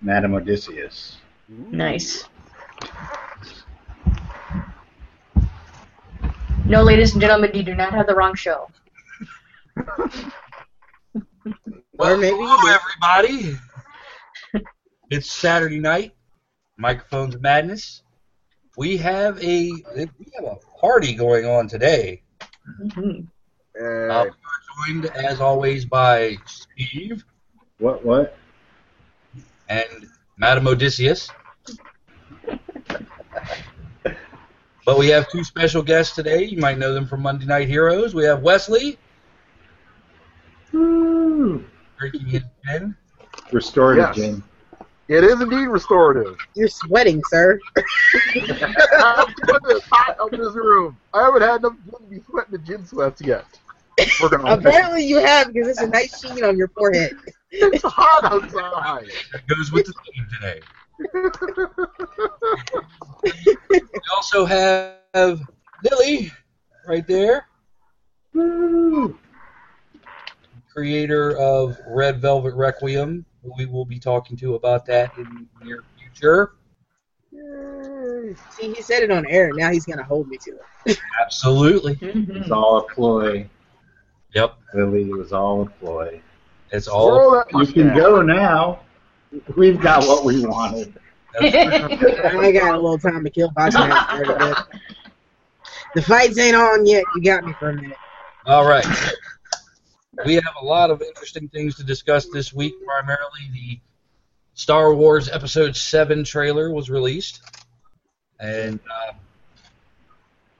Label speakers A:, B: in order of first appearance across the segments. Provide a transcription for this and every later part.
A: Madam Odysseus.
B: Nice. No, ladies and gentlemen, you do not have the wrong show.
C: Well,
D: Or maybe you
C: hello,
D: do.
C: everybody. it's Saturday night. Microphones madness. We have a we have a party going on today.
B: Mhm.
C: Uh,
D: Uh,
C: we are joined, as always, by Steve
A: What? What?
C: and Madam Odysseus. but we have two special guests today. You might know them from Monday Night Heroes. We have Wesley
A: Woo.
C: drinking his gin.
A: Restorative
E: Yes.
A: gin.
E: It is indeed restorative.
D: you're sweating, sir.
E: I'm hot out this room. I haven't had enough gin to be sweating the gin sweats yet. Working on it.
D: Apparently you have because it's a nice sheen on your forehead.
E: It's hot outside.
C: That goes with the theme today. We also have Lily right there,
A: Woo.
C: creator of Red Velvet Requiem. We will be talking to about that in the near future.
E: Yay.
D: See, he said it on air. Now he's gonna hold me to it.
C: Absolutely.
A: It's
B: Mhm.
D: Mm-hmm.
A: all a ploy,
C: Yep.
A: Lily. It was all a ploy.
C: It's all.
E: Roll that
A: You can
E: mustache.
A: go now. We've got what we wanted.
D: I got a little time to kill. Boss Man started it. The fights ain't on yet. You got me for a minute.
C: All right. We have a lot of interesting things to discuss this week. Primarily, the Star Wars Episode 7 trailer was released. And uh,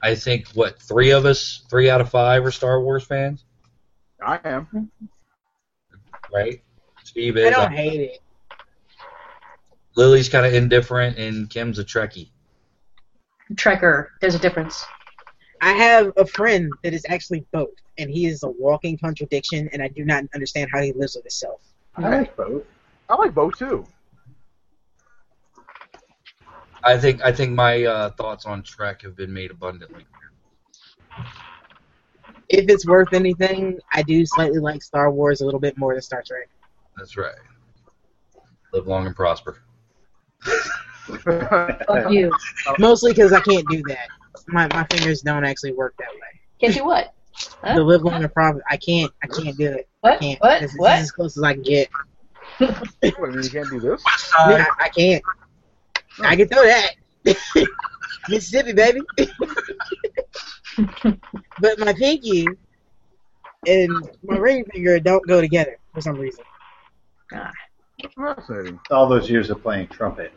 C: I think, what, three of us, three out of five, are Star Wars fans?
E: I am.
C: right? Steve
D: I
C: is.
D: don't
C: Uh,
D: hate it.
C: Lily's kind of indifferent, and Kim's a Trekkie.
B: Trekker, there's a difference.
D: I have a friend that is actually both, and he is a walking contradiction, and I do not understand how he lives with himself.
A: I like both.
E: I like Bo too.
C: I think I think my uh, thoughts on Trek have been made abundantly clear.
D: If it's worth anything, I do slightly like Star Wars a little bit more than Star Trek.
C: That's right. Live long and prosper.
B: Fuck you.
D: Mostly because I can't do that. My, my fingers don't actually work that way.
B: Can't do what? Huh?
D: The live long and profit, I can't. I can't do it. I
B: What?
D: can't.
B: What?
D: This is
B: What?
D: as close as I can get.
E: What, you can't do this?
C: West
D: I,
C: Side.
D: mean, I, I can't. I can throw that. Mississippi, baby. but my pinky and my ring finger don't go together for some reason.
E: Fascinating.
A: All those years of playing trumpet.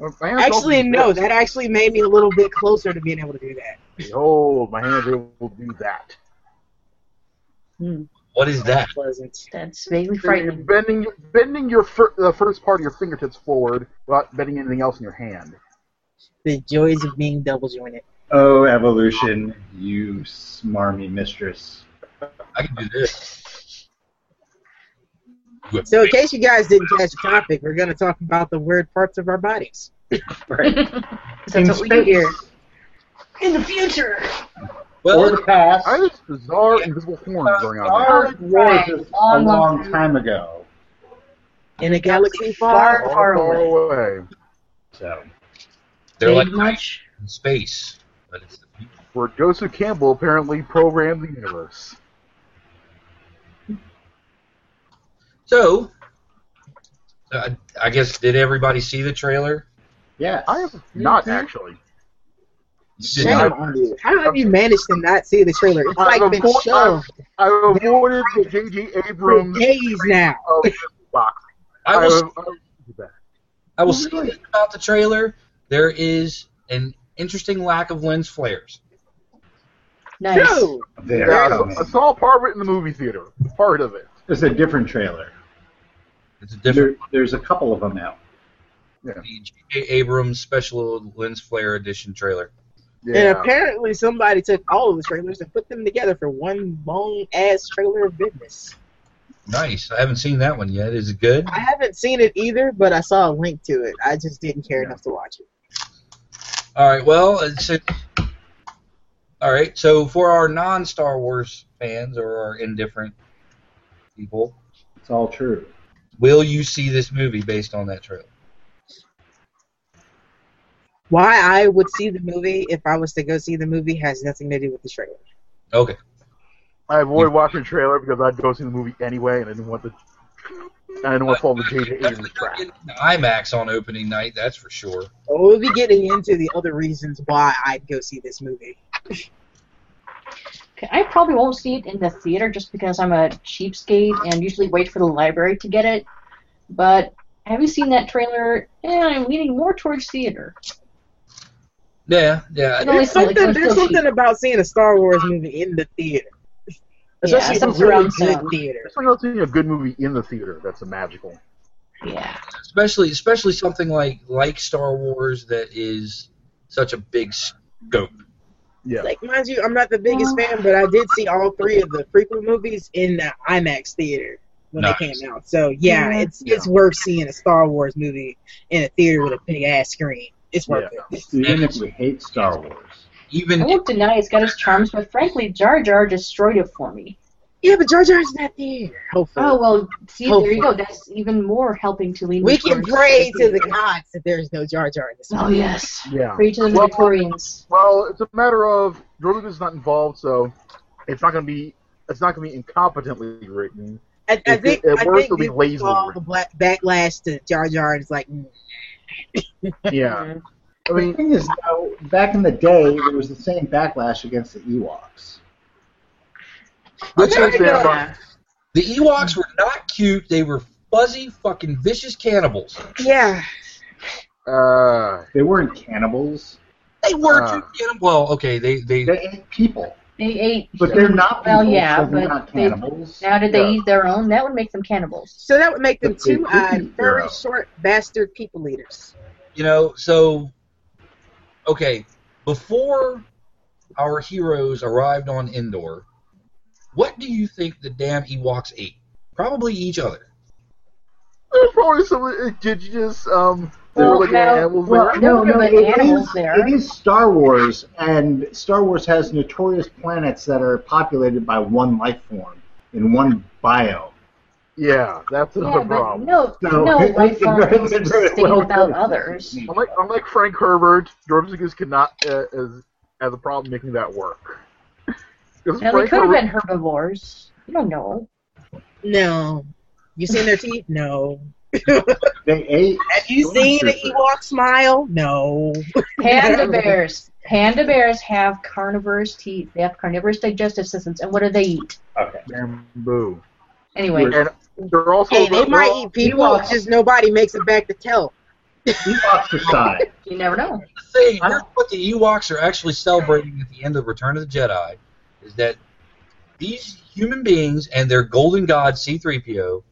E: My hands don't
D: Actually,
E: do
D: no.
E: this.
D: That actually made me a little bit closer to being able to do that.
E: Behold, my hands will do that.
B: Hmm,
C: What is that?
D: Pleasant.
B: That's vaguely
E: You're
B: frightening.
E: bending, bending your fir- the first part of your fingertips forward without bending anything else in your hand.
D: The joys of being double jointed.
A: Oh, evolution, you smarmy mistress.
C: I can do this.
D: So, in case you guys didn't catch the topic, we're going to talk about the weird parts of our bodies.
A: Right.
B: So that's what we do here.
D: In the future.
A: or
C: Well,
A: the past.
E: I had this bizarre invisible horn going on. there.
A: Star Wars is a
B: Long,
A: long
B: long
A: time ago.
D: In a galaxy
B: Far,
D: far.
E: Far,
B: far
E: far
B: away.
E: away.
A: So
C: they're like
B: Big much.
C: in space, but it's the future.
E: Where Joseph Campbell apparently programmed the universe.
C: So, uh, I guess did everybody see the trailer?
A: yes.
E: I have not actually.
C: Did
D: Shame
C: not-
D: on you. How have you managed to not see the trailer? It's
E: I've
D: like been
E: avo-
D: shoved
E: I've avoided the J.J.
D: for
E: Abrams
D: days now.
E: of this box.
C: I was
E: have- I-
C: I will say this about the trailer. There is an interesting lack of lens flares.
B: Nice.
D: Dude,
A: there.
E: yeah,
A: it
E: I
A: is.
E: saw part of it in the movie theater. Part of it.
A: There's a different trailer.
C: It's a different
A: There- there's a couple of them out.
C: the J.J. Abrams special lens flare edition trailer.
E: Yeah.
D: And apparently somebody took all of the trailers and put them together for one long ass trailer of business.
C: Nice. I haven't seen that one yet. Is it good?
D: I haven't seen it either, but I saw a link to it. I just didn't care enough to watch it.
C: All right. Well, it's a, all right. So for our non-Star Wars fans or our indifferent people,
A: It's all true.
C: Will you see this movie based on that trailer?
D: Why I would see the movie if I was to go see the movie has nothing to do with the trailer.
C: Okay.
E: I avoid watching the trailer because I'd go see the movie anyway, and I didn't want the. I didn't want to fall the JJ Abrams
C: Definitely not
E: trap.
C: getting the IMAX on opening night, that's for sure.
D: But we'll be getting into the other reasons why I'd go see this movie.
B: Okay, I probably won't see it in the theater just because I'm a cheapskate and usually wait for the library to get it. But have you seen that trailer? Yeah, I'm leaning more towards theater.
C: Yeah, yeah.
B: No,
D: There's
B: it's not like
D: something,
B: it's
D: there's
B: still
D: something about seeing a Star Wars movie in the theater. Especially
B: yeah,
D: some
B: something
D: really
B: around
D: good
B: town.
D: theater.
E: It's like not seeing a good movie in the theater. That's a magical.
B: Yeah.
C: especially especially something like like Star Wars that is such a big scope.
E: Yeah.
D: Like, mind you, I'm not the biggest fan, but I did see all three of the prequel movies in the IMAX theater when they
C: Nice.
D: came out. So yeah,
B: Yeah.
D: it's it's worth seeing a Star Wars movie in a theater with a big ass screen. It's worth
E: Yeah.
D: it.
A: Even if we hate Star Wars.
B: I
C: Even
B: won't deny it's got its charms, but frankly, Jar Jar destroyed it for me.
D: Yeah, but Jar Jar's not there. Hopefully.
B: Oh well, see there you go.
D: Hopefully.
B: That's even more helping to lean. me
D: we can
B: towards
D: pray to the
B: theater.
D: gods that there's no Jar Jar in this
B: Oh
D: movie.
B: yes,
E: Yeah.
B: pray to the
E: Well-
B: Victorians.
E: Well, it's a matter of George Lucas is not involved, so it's not going to be it's not going to be incompetently written.
D: I, I
E: It-
D: think
E: it
D: I
E: works
D: think
E: to be
D: this is
E: lazily
D: all the
E: written.
D: black backlash to Jar Jar is like mm,
E: Yeah,
A: The
E: I mean,
A: thing is, though, back in the day, there was the same backlash against the Ewoks.
E: Which
D: I'm
E: is
D: gonna
E: their
D: go-
E: fault.
C: the Ewoks were not cute. They were fuzzy, fucking vicious cannibals.
D: Yeah.
E: uh,
A: They weren't cannibals.
C: They were
E: Ah.
C: cute cannibals. Well, okay, they they
A: They ate people.
B: They ate.
A: But they're not people,
B: Well, yeah,
A: so they're
B: but
A: not
B: they-
A: cannibals.
B: Now did they
E: Yeah.
B: eat their own? That would make them cannibals.
D: So that would make them
A: But they
D: two eyed,
A: didn't,
D: very
A: though.
D: short bastard people eaters.
C: you know so okay before our heroes arrived on Endor, what do you think the damn Ewoks ate? Probably each other.
E: there's probably some indigenous um, they
B: Well,
E: were like
B: Oh, no,
E: animals
B: well,
E: there.
B: No, no, but
A: it
B: animals
A: is-
B: there.
A: It is Star Wars, and Star Wars has notorious planets that are populated by one life form in one biome.
E: Yeah, that's another
B: Yeah, but
E: problem.
B: no,
A: So,
B: no
A: it-
B: life
A: it very-
B: forms
A: it very
B: sustain
A: well
B: without
A: could.
B: others.
E: Unlike, unlike Frank Herbert, George Lucas could not uh, as has a problem making that work. 'Cause
B: Now they
E: Frank
B: could have
E: Herbert-
B: been herbivores. You don't know.
D: No. You seen their teeth? No.
A: They ate.
D: Have you seen an Ewok smile? No.
B: Panda bears. Panda bears have carnivorous teeth. They have carnivorous digestive systems. And what do they eat?
A: Okay.
E: bamboo.
B: Anyway,
E: And they're also
D: Hey, they
E: they're
D: might
E: all-
D: eat people,
A: Ewoks-
D: just nobody makes it back to tell.
A: Ewoks aside,
B: you never know.
C: The thing,
A: I-
C: here's what the Ewoks are actually celebrating at the end of Return of the Jedi is that these human beings and their golden god C3PO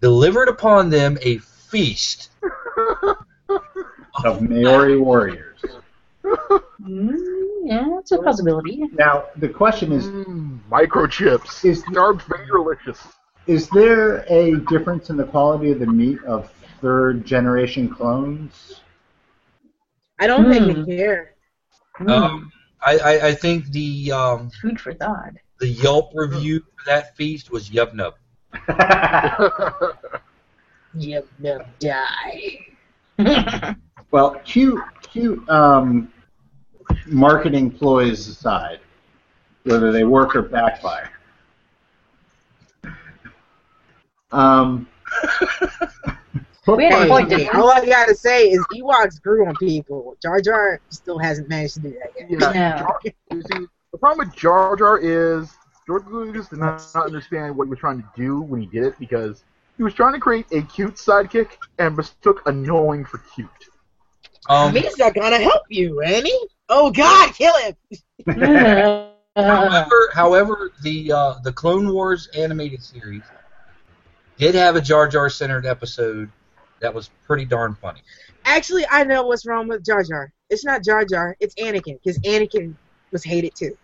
C: delivered upon them a feast.
A: of Maori warriors.
B: Mm, yeah, it's a possibility.
A: Now the question is:
E: Mm, microchips.
A: Is-
E: Darth Vaderlicious.
A: Is there a difference in the quality of the meat of third generation clones?
D: I don't
B: Hmm.
D: think they care.
B: Mm,
C: Um, I, I, I think the um,
B: food for thought.
C: the Yelp review for that feast was yub nub.
D: Yep, yep, die.
A: Well, cute, cute um, marketing ploys aside, whether they work or backfire. Um,
B: We had a point,
D: Hey,
B: didn't we?
D: all I gotta say is Ewoks grew on people. Jar Jar still hasn't managed to do that yet.
E: Yeah.
B: No.
E: You see, the problem with Jar Jar is George Lucas did not, not understand what he was trying to do when he did it because he was trying to create a cute sidekick and mistook annoying for cute.
C: Um,
D: He's not gonna help you, Annie. Oh God, kill him!
B: Uh,
C: however, however, the uh, the Clone Wars animated series did have a Jar Jar centered episode that was pretty darn funny.
D: Actually, I know what's wrong with Jar Jar. It's not Jar Jar. It's Anakin, because Anakin was hated too.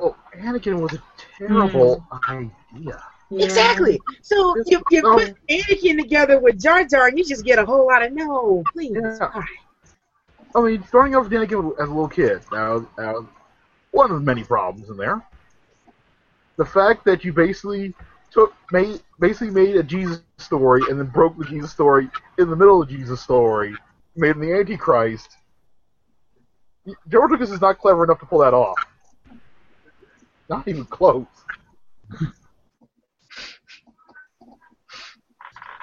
E: Oh, Anakin was a terrible idea.
B: yeah.
D: Exactly. So
E: It's-
D: you, you
E: no.
D: put Anakin together with Jar Jar, and you just get a whole lot of no, please.
E: Yeah.
D: Why?
E: I mean, starting off with Anakin as a little kid, that was, that was one of many problems in there. The fact that you basically took made basically made a Jesus story and then broke the Jesus story in the middle of Jesus story, made him the Antichrist. George Lucas is not clever enough to pull that off. Not even close.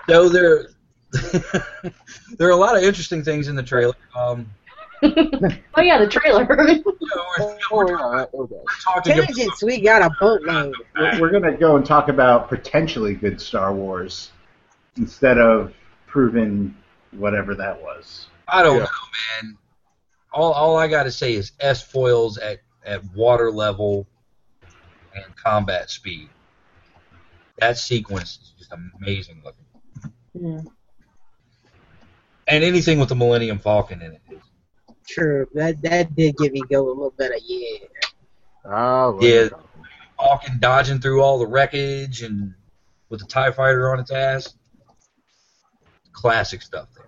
C: So there, there are a lot of interesting things in the trailer. Um,
B: Oh yeah, the trailer.
C: you know, we're,
E: Oh, yeah, okay.
C: we're talking about
D: Tangents, we got a boatload.
A: We're, we're going to go and talk about potentially good Star Wars instead of proven whatever that was.
C: I don't
E: Yeah.
C: know, man. All all I gotta say is S foils at, at water level and combat speed. That sequence is just amazing looking.
B: Yeah.
C: And anything with the Millennium Falcon in it.
D: True, that that did give Ego a little bit of yeah.
E: All right.
C: Yeah. Falcon dodging through all the wreckage and with the TIE fighter on its ass. Classic stuff there.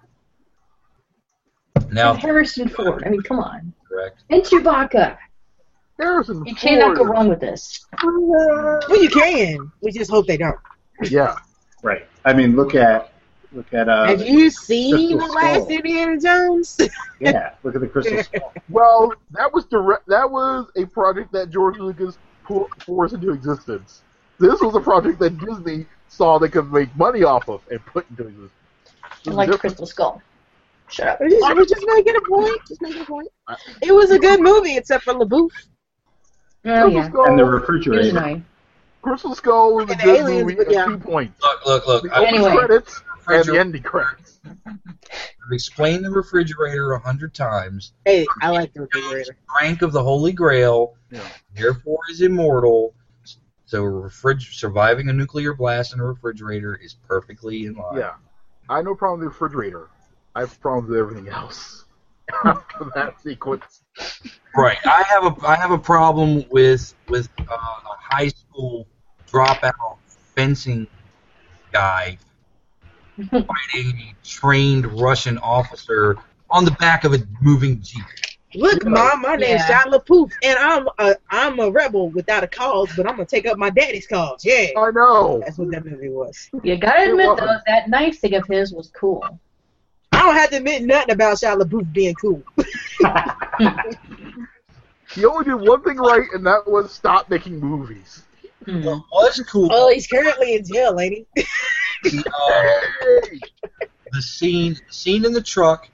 B: And
C: Now
B: Harrison Ford. I mean, come on.
C: correct.
B: And Chewbacca.
E: Harrison
B: You cannot go
E: Ford.
B: wrong with this.
D: Well, you can. We just hope they don't.
E: Yeah.
A: Right. I mean, look at look at uh,
D: Have you seen the
A: Crystal
D: last
A: Skull.
D: Indiana Jones?
A: yeah, look at the crystal skull.
E: Well, that was direct. That was a project that George Lucas pu- forced into existence. This was a project that Disney saw they could make money off of and put into existence.
B: I like
E: Different-
B: Crystal Skull. Shut up.
D: We're just, we're just making a point. Just making a point. It was a good movie, except for LaBouffe.
B: Oh
E: Crystal
B: yeah.
E: Skull,
A: And the
B: He was
A: refrigerator.
B: annoying.
E: Crystal Skull was a
D: And the
E: good
D: aliens,
E: movie
D: but
E: at
D: yeah.
E: two points.
C: Look, look, look.
E: The
C: I
E: opening
B: Anyway.
E: credits and
C: Refrigerator.
E: the ending credits.
C: I've explained the refrigerator a hundred times.
D: Hey, I like the refrigerator.
C: rank of the Holy Grail,
E: Yeah.
C: therefore is immortal. So refrig- surviving a nuclear blast in a refrigerator is perfectly in line.
E: Yeah. I have no problem with the refrigerator. I have problems with everything else. After that sequence.
C: Right. I have a I have a problem with with uh, a high school dropout fencing guy fighting a trained Russian officer on the back of a moving jeep.
D: Look, Mom, my name's
B: Yeah.
D: Shia LaPouf, and I'm a I'm a rebel without a cause, but I'm gonna take up my daddy's cause. Yeah,
E: I know.
D: that's what that movie was.
B: You gotta
E: It
B: admit
E: was.
B: though, that knife thing of his was cool.
D: I don't have to admit nothing about Shia LaBeouf being cool.
E: He only did one thing right, and that was stop making movies.
B: Hmm.
C: What was cool?
D: Oh, he's currently in jail, ain't he?
C: um, the scene scene in the truck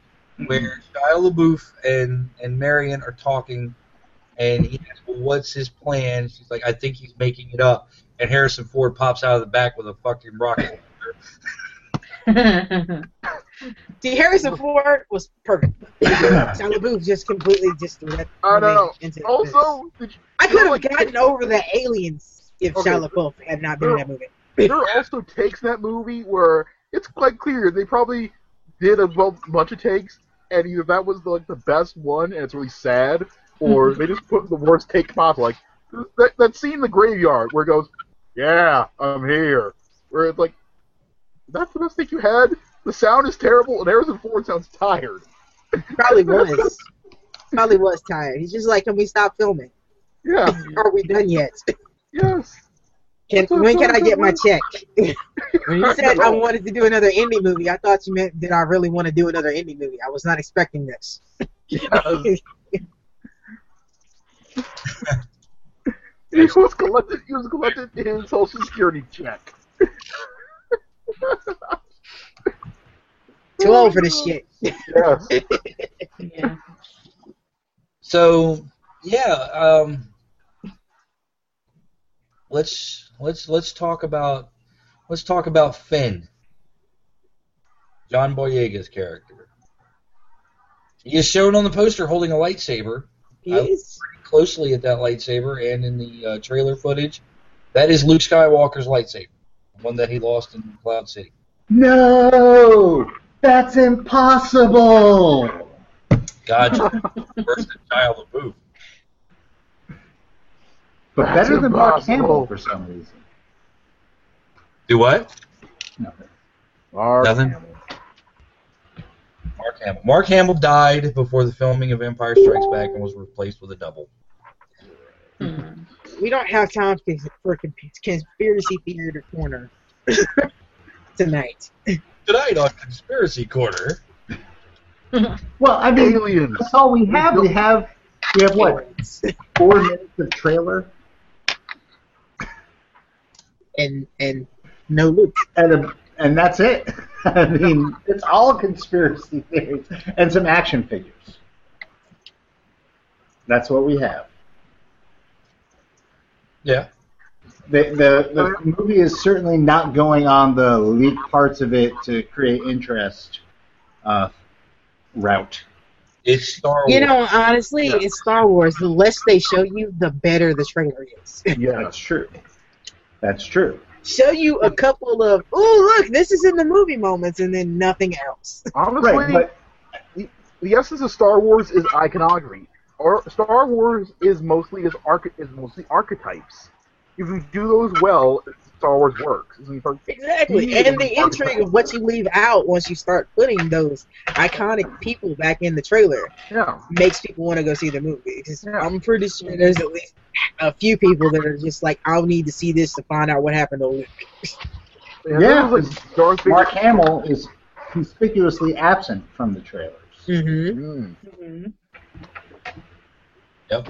C: where Shia LaBeouf and and Marion are talking, and he asks, "Well, what's his plan?" She's like, "I think he's making it up." And Harrison Ford pops out of the back with a fucking rocket.
D: See, Harrison Ford was perfect. Shia LaBeouf just completely just threw that.
E: I know.
D: into the mix.
E: Also, did you-
D: I could have gotten over the aliens if
E: Okay.
D: Shia LaBeouf had not been in that movie.
E: there are also takes in that movie where it's quite clear they probably did a bu- bunch of takes, and either that was like the best one, and it's really sad, or they just put the worst take possible. Like that, that scene in the graveyard where it goes, "Yeah, I'm here," where it's like, "That's the best take you had." The sound is terrible, and Harrison Ford sounds tired.
D: Probably was. Probably was tired. He's just like, can we stop filming?
E: Yeah.
D: Are we done yet?
E: Yes.
D: Can when can I get my check? When you said I wanted to do another indie movie, I thought you meant did I really want to do another indie movie? I was not expecting this.
E: Yes. He was collected. He was collected his social security check.
D: Too old for this shit.
E: Yes.
B: yeah.
C: So yeah, um, let's let's let's talk about let's talk about Finn, John Boyega's character. He is shown on the poster holding a lightsaber.
D: Yes.
C: closely at that lightsaber and in the uh, trailer footage. That is Luke Skywalker's lightsaber, the one that he lost in Cloud City.
A: No, that's impossible.
C: Gotcha. First the child of booth.
A: But
E: That's
A: better than Mark
E: impossible.
A: Hamill for some reason.
C: Do what?
A: Nothing.
E: Mark
C: Nothing.
E: Hamill.
C: Mark Hamill. Mark Hamill died before the filming of Empire Strikes Back and was replaced with a double.
B: Hmm.
D: We don't have time for cons- for con- conspiracy theater corner. tonight.
C: Tonight on Conspiracy Corner.
A: Well, I mean,
E: Aliens.
A: that's all we have. We have we have what four minutes of trailer
D: And and no Luke.
A: and a, and that's it. I mean, it's all conspiracy theories and some action figures. That's what we have.
C: Yeah.
A: The, the, the movie is certainly not going on the leak parts of it to create interest uh, route.
C: It's Star Wars.
D: You know, honestly, it's Star Wars. The less they show you, the better the trailer is.
E: Yeah.
A: That's true. That's true.
D: show you a couple of oh look, this is in the movie moments, and then nothing else.
E: Honestly,
A: Right, but
E: the essence of Star Wars is iconography. Or Star Wars is mostly is, arch- is mostly archetypes. If you do those well, Star Wars works. It's imperfect.
D: Exactly, and the intrigue of what you leave out once you start putting those iconic people back in the trailer
E: Yeah.
D: makes people want to go see the movie. 'Cause
E: Yeah.
D: I'm pretty sure there's at least a few people that are just like, I'll need to see this to find out what happened to Luke.
E: And
A: Yeah.
E: that was, like, Darth Vader-
A: Mark Hamill is conspicuously absent from the trailers.
D: Mm-hmm.
E: Mm.
C: He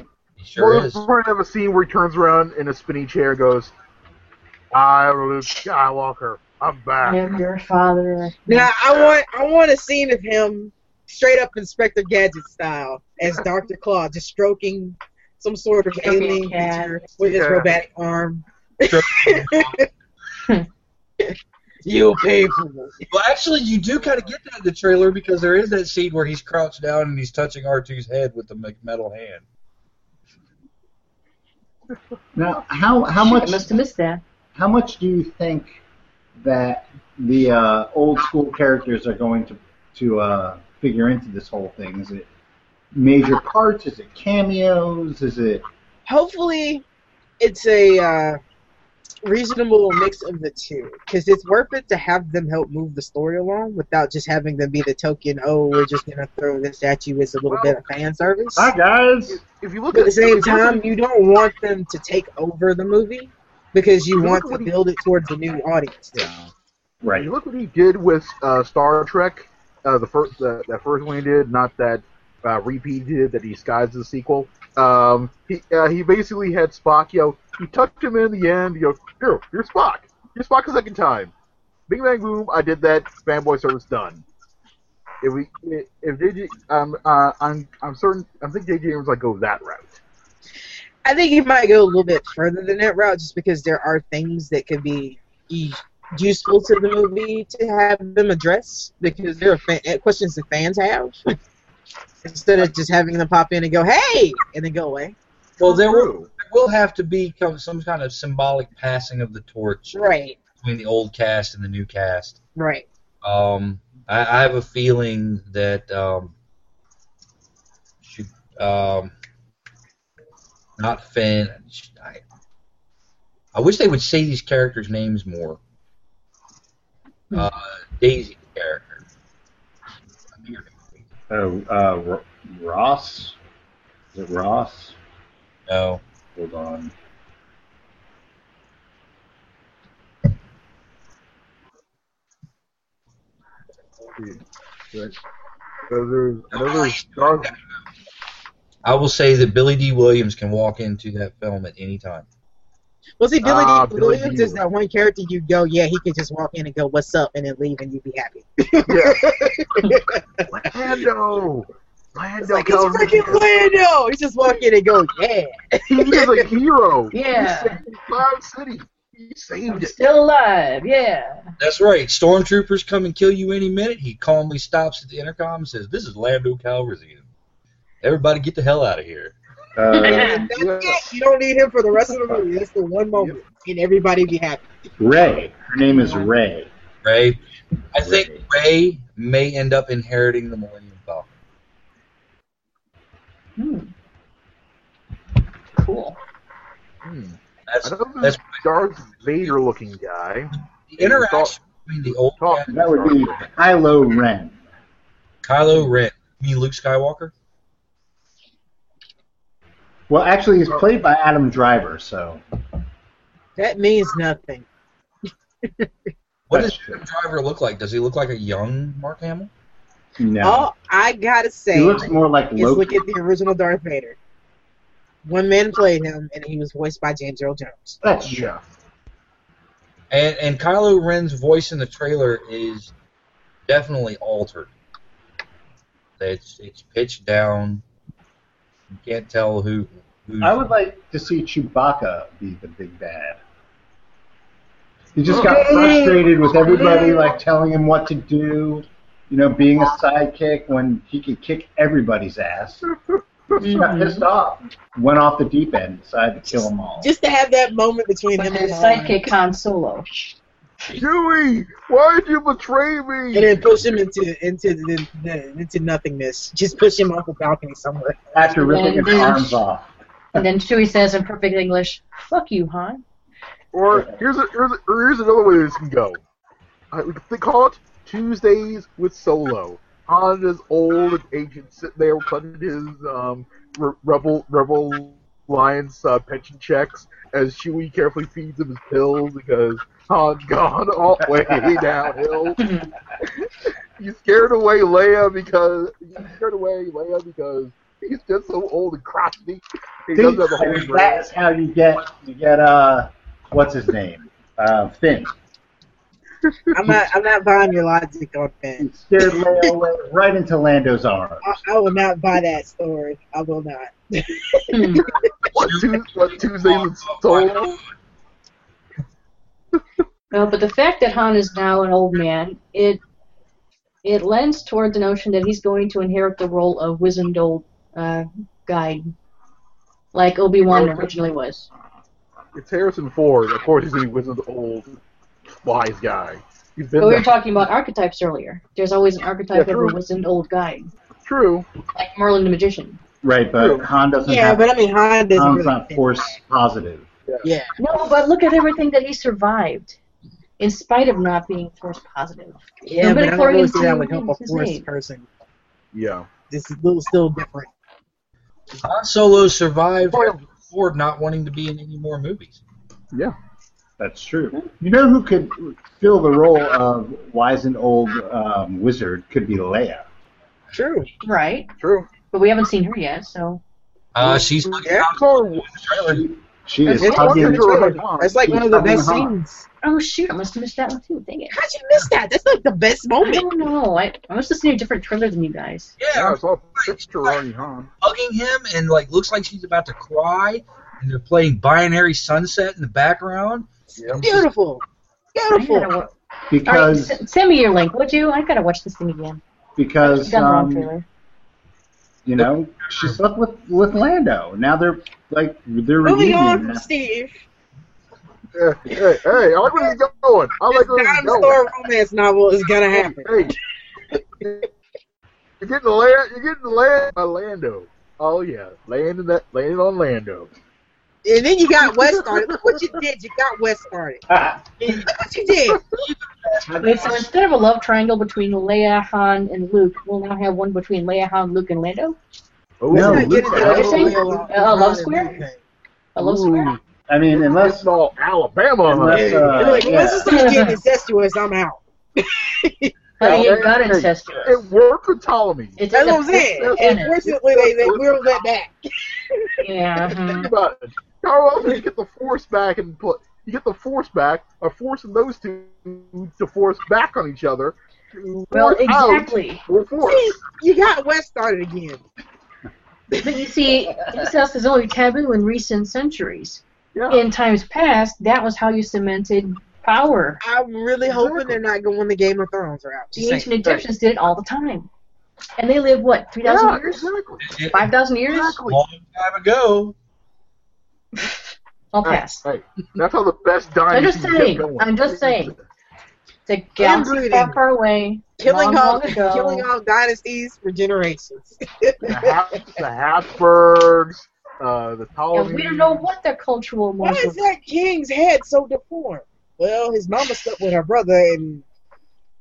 C: sure
E: well,
C: is.
E: We're going to have a scene where he turns around in a spinning chair and goes, I'm Luke Skywalker. I'm back.
B: I'm your father.
D: Now I want I want a scene of him straight up Inspector Gadget style as Doctor Claw just stroking some sort of
B: Stroking a
D: alien
B: cat.
D: creature with his
E: Yeah.
D: robotic arm.
C: Stroking
D: you people.
C: Well, actually, you do kind of get that in the trailer because there is that scene where he's crouched down and he's touching R2's head with the me- metal hand.
A: Now, how how
B: Shit,
A: much
B: I must have missed that.
A: how much do you think that the uh, old school characters are going to to uh, figure into this whole thing? Is it major parts? Is it cameos? Is it
D: Hopefully, it's a uh, reasonable mix of the two because it's worth it to have them help move the story along without just having them be the token. Oh, we're just gonna throw this at you as a little
E: Well-
D: bit of fan service.
A: hi guys?
E: If- If you look
D: But at the same
E: if you look
D: time, you don't want them to take over the movie because you want to build it towards a new audience.
E: If You look what he did with uh, Star Trek, uh, the first uh, that first one he did, not that uh, repeat he did that he disguised the sequel. Um, he uh, he basically had Spock. You know, he tucked him in the end. You know, here, you're Spock. You're Spock a second time. Bing bang boom. I did that. Fanboy service done. If we if JJ, um, uh, I'm I'm certain I'm think JJ Abrams like go that route.
D: I think he might go a little bit further than that route just because there are things that could be e- useful to the movie to have them address because there are fan- eh, questions that fans have instead of just having them pop in and go, hey, and then go away.
C: Well, there will, there will have to be come- some kind of symbolic passing of the torch
D: Right,
C: between the old cast and the new cast.
D: right.
C: Um, I, I have a feeling that um, shoot, um, not Finn. I, I wish they would say these characters' names more. Uh, Daisy character.
A: Oh, uh, R- Ross. Is it Ross?
C: No.
A: Hold on.
E: So there's another Star.
C: I will say that Billy D. Williams can walk into that film at any time.
D: Well, see, Billy
E: Ah,
D: D.
E: Billy D.
D: Williams is that one character you go, yeah, he could just walk in and go, what's up, and then leave and you'd be happy.
E: Yeah. Lando. Lando.
D: It's like it's freaking Lando. He just walk in and go, yeah.
E: He is a hero.
B: Yeah.
E: He saved Cloud City. He saved
B: I'm
E: it.
B: still alive. Yeah.
C: That's right. Stormtroopers come and kill you any minute. He calmly stops at the intercom and says, "This is Lando Calrissian. Everybody, get the hell out of here."
A: Uh,
D: That's
E: Yeah.
D: it. You don't need him for the rest of the movie. That's the one moment, and everybody be happy.
A: Ray. Her name is Ray.
C: Ray, I think Ray may end up inheriting the Millennium Falcon.
B: Hmm. Cool.
E: Hmm. I
C: That's
E: don't know
C: That's-
E: this Darth Vader looking guy.
C: the interaction between the old
E: Talk.
C: guy,
A: That would be Kylo Ren.
C: Kylo Ren, you mean Luke Skywalker?
A: Well, actually, he's played by Adam Driver, so
D: That means nothing.
C: What does Adam Driver look like? Does he look like a young Mark Hamill?
A: No.
D: All I gotta say
A: he looks more like
D: is look
A: Loki.
D: at the original Darth Vader. One man played him, and he was voiced by James Earl Jones.
A: That's true.
E: Yeah.
C: And and Kylo Ren's voice in the trailer is definitely altered. It's it's pitched down. You can't tell who. Who's,
A: I would like to see Chewbacca be the big bad. He just got frustrated with everybody like telling him what to do, you know, being a sidekick when he could kick everybody's ass. He
D: Mm-hmm.
B: Mm-hmm.
A: got pissed off, went off the deep end, decided to kill them all.
D: Just to have that moment between
B: With
D: him
B: his
D: and um, sidekick,
B: sidekick Han Solo.
E: Huey, why'd you betray
D: and
E: me?
D: then push him into into the, the into nothingness. Just push him off a balcony somewhere.
A: After ripping his
B: Yeah.
A: arms off.
B: And then Chewie says in perfect English, "Fuck you, Han."
E: Or here's a, here's a, or here's another way this can go. I, they call it Tuesdays with Solo. On his old agent sitting there collecting his um, re- rebel rebel alliance uh, pension checks as Chewie carefully feeds him his pills because Han's gone all the way downhill. he scared away Leia because he scared away Leia because he's just so old and crotchety. He doesn't have a whole
A: See, That's how you get you get uh what's his name? Uh Finn.
D: I'm not I'm not buying your logic on that.
A: He scared Leia away right into Lando's arms.
D: I, I will not buy that story. I will not.
B: Hmm.
E: What, Tues what Tuesdays with Solo?
B: Well, but the fact that Han is now an old man, it it lends toward the notion that he's going to inherit the role of wizened old uh, guide, like Obi Wan originally was.
E: It's Harrison Ford. Of course, he's gonna be Wizard's old wise guy. He's been
B: But we
E: there.
B: were Oh, talking about archetypes earlier. There's always an archetype
E: Yeah,
B: of a
E: true.
B: wizened old guy,
E: True.
B: like Merlin the Magician.
A: Right, but Han doesn't
D: Yeah,
A: have
D: but I mean Han doesn't
A: Han's
D: really
A: not force positive.
D: Yeah.
B: No, but look at everything that he survived, in spite of not being force positive.
D: Yeah, but I don't really
B: Midichlorians
D: see that would help a
B: his
D: force
B: name.
D: person.
E: Yeah.
D: This is a little still different.
C: Han Solo survived Ford not wanting to be in any more movies.
A: That's true. You know who could fill the role of wise and old um, wizard could be Leia.
D: True.
B: Right,
E: True.
B: but we haven't seen her yet, so
C: Uh, she's looking
D: Yeah.
C: out
E: Or
C: for the trailer.
A: She is
D: That's
A: hugging.
E: wonderful.
D: That's like one of the best
A: Huh.
D: scenes.
B: oh shoot, I must have missed that one too. Dang it.
D: How'd you miss that? That's like the best
B: I
D: moment.
B: don't know. I, I must have seen a different trailer than you guys.
E: Yeah,
C: Yeah,
E: it's all picture running, huh?
C: hugging him and like looks like she's about to cry. And they're playing Binary Sunset in the background.
E: Yeah.
D: Beautiful.
B: I gotta
D: Beautiful.
B: wa- All right,
A: Because
B: s- send me your link, would you? I gotta watch this thing again. I've
A: because
B: done the wrong
A: um,
B: trailer.
A: you know she slept with with Lando. Now they're like they're
D: Moving on
A: reunion.
D: from Steve.
E: Hey, hey, hey, I like where he's going. I
D: This
E: like where he's going.
D: dinosaur romance novel is gonna happen.
E: Hey. You're getting land. You're getting land by Lando. Oh yeah, landing that landing on Lando.
D: And then you got West started. Look what you did. You got West started.
B: Uh,
D: Look what you did.
B: Wait, so instead of a love triangle between Leia, Han, and Luke, we'll now have one between Leia, Han, Luke, and Lando?
E: Oh,
A: No,
E: he's
A: Luke-
D: Get it
B: What'd you say?
D: done.
B: Uh, love square? A love square?
A: I mean, unless
E: getting all Alabama. on
A: unless
E: him.
D: You're
A: uh,
D: like,
A: yeah.
D: once it starts getting incestuous, I'm out.
B: Honey,
E: Yeah,
B: it got
E: hey, hey,
B: incestuous.
E: It worked with Ptolemy.
B: It's
D: That's
B: in
D: what I'm
B: the-
D: saying.
B: it's in it.
D: Unfortunately, they, they wheeled that back.
B: Yeah. mhm.
E: Think about it. Carl Weathers, you get the force back and put you get the force back of forcing those two to force back on each other. to
B: Well,
E: force out
B: exactly.
E: more force.
D: See, you got West started again.
B: But you see, incest is only taboo in recent centuries.
E: Yeah.
B: In times past, that was how you cemented power.
D: I'm really hoping they're not going the Game of Thrones route.
B: The
D: Just
B: ancient
D: saying.
B: Egyptians did it all the time. And they lived, what, 3,000
E: yeah,
B: years?
E: Exactly.
C: It,
B: 5,000 years?
E: exactly.
C: long time ago.
B: I'll pass.
E: Hey, that's how the best dynasty
B: I'm just
E: can get
B: saying.
E: going.
B: I'm just saying. The galaxy
D: breeding.
B: far, far away.
D: Killing
B: long,
D: all,
B: long ago.
D: killing all dynasties for generations.
E: The, Hab- the Habsburgs, uh, the Ptolemies.
B: And we don't know what their cultural
D: Why
B: norms
D: is
B: were.
D: that king's head so deformed? Well, his mama slept with her brother, and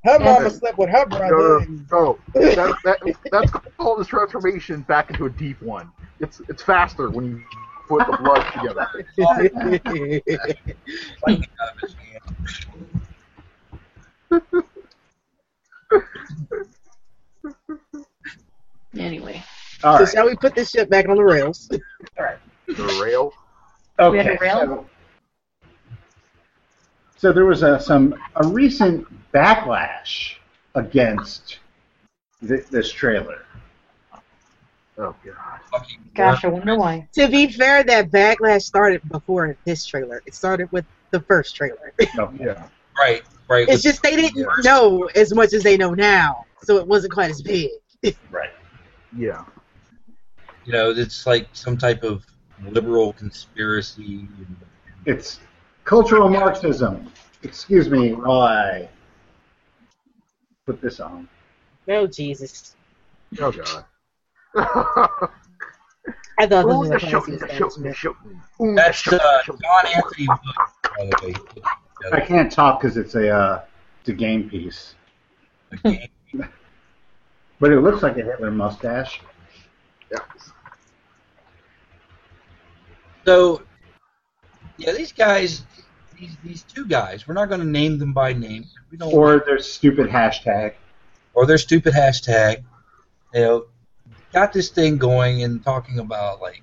D: her mama slept with her brother.
E: No,
D: And
E: no, no. Oh, That, that, that's called this transformation back into a deep one. It's it's faster when you put the blood together.
D: That's
C: Like, out of his hand.
B: Anyway,
A: All
D: So
A: right.
D: shall we put this shit back on the rails?
E: The rail.
B: We had
A: Okay.
B: a rail?
A: So, so there was a, some a recent backlash against thi- this trailer.
E: Oh god.
C: Fucking
B: gosh, I wonder why.
D: to be fair, that backlash started before this trailer. It started with the first trailer.
A: Okay.
E: Yeah.
C: Right, right.
D: It's just they didn't know as much as they know now, so it wasn't quite as big.
A: Right.
E: Yeah.
C: you know, it's like some type of liberal conspiracy.
A: It's cultural Marxism. Excuse me while I put this on.
D: Oh Jesus!
E: Oh god.
D: I thought this
E: Ooh,
D: was a
E: they're
D: classy
E: shooting, they're shooting, they're
D: establishment.
E: shooting. Ooh, they're
C: That's
E: shooting,
C: uh,
E: they're shooting.
C: John Anthony Wood, by the way.
A: I can't talk because it's a uh, it's a game piece,
C: The game.
A: but it looks like a Hitler mustache.
E: Yeah.
C: So, yeah, these guys, these, these two guys, we're not going to name them by name. We don't,
A: Or their stupid hashtag.
C: or their stupid hashtag, you know, got this thing going and talking about like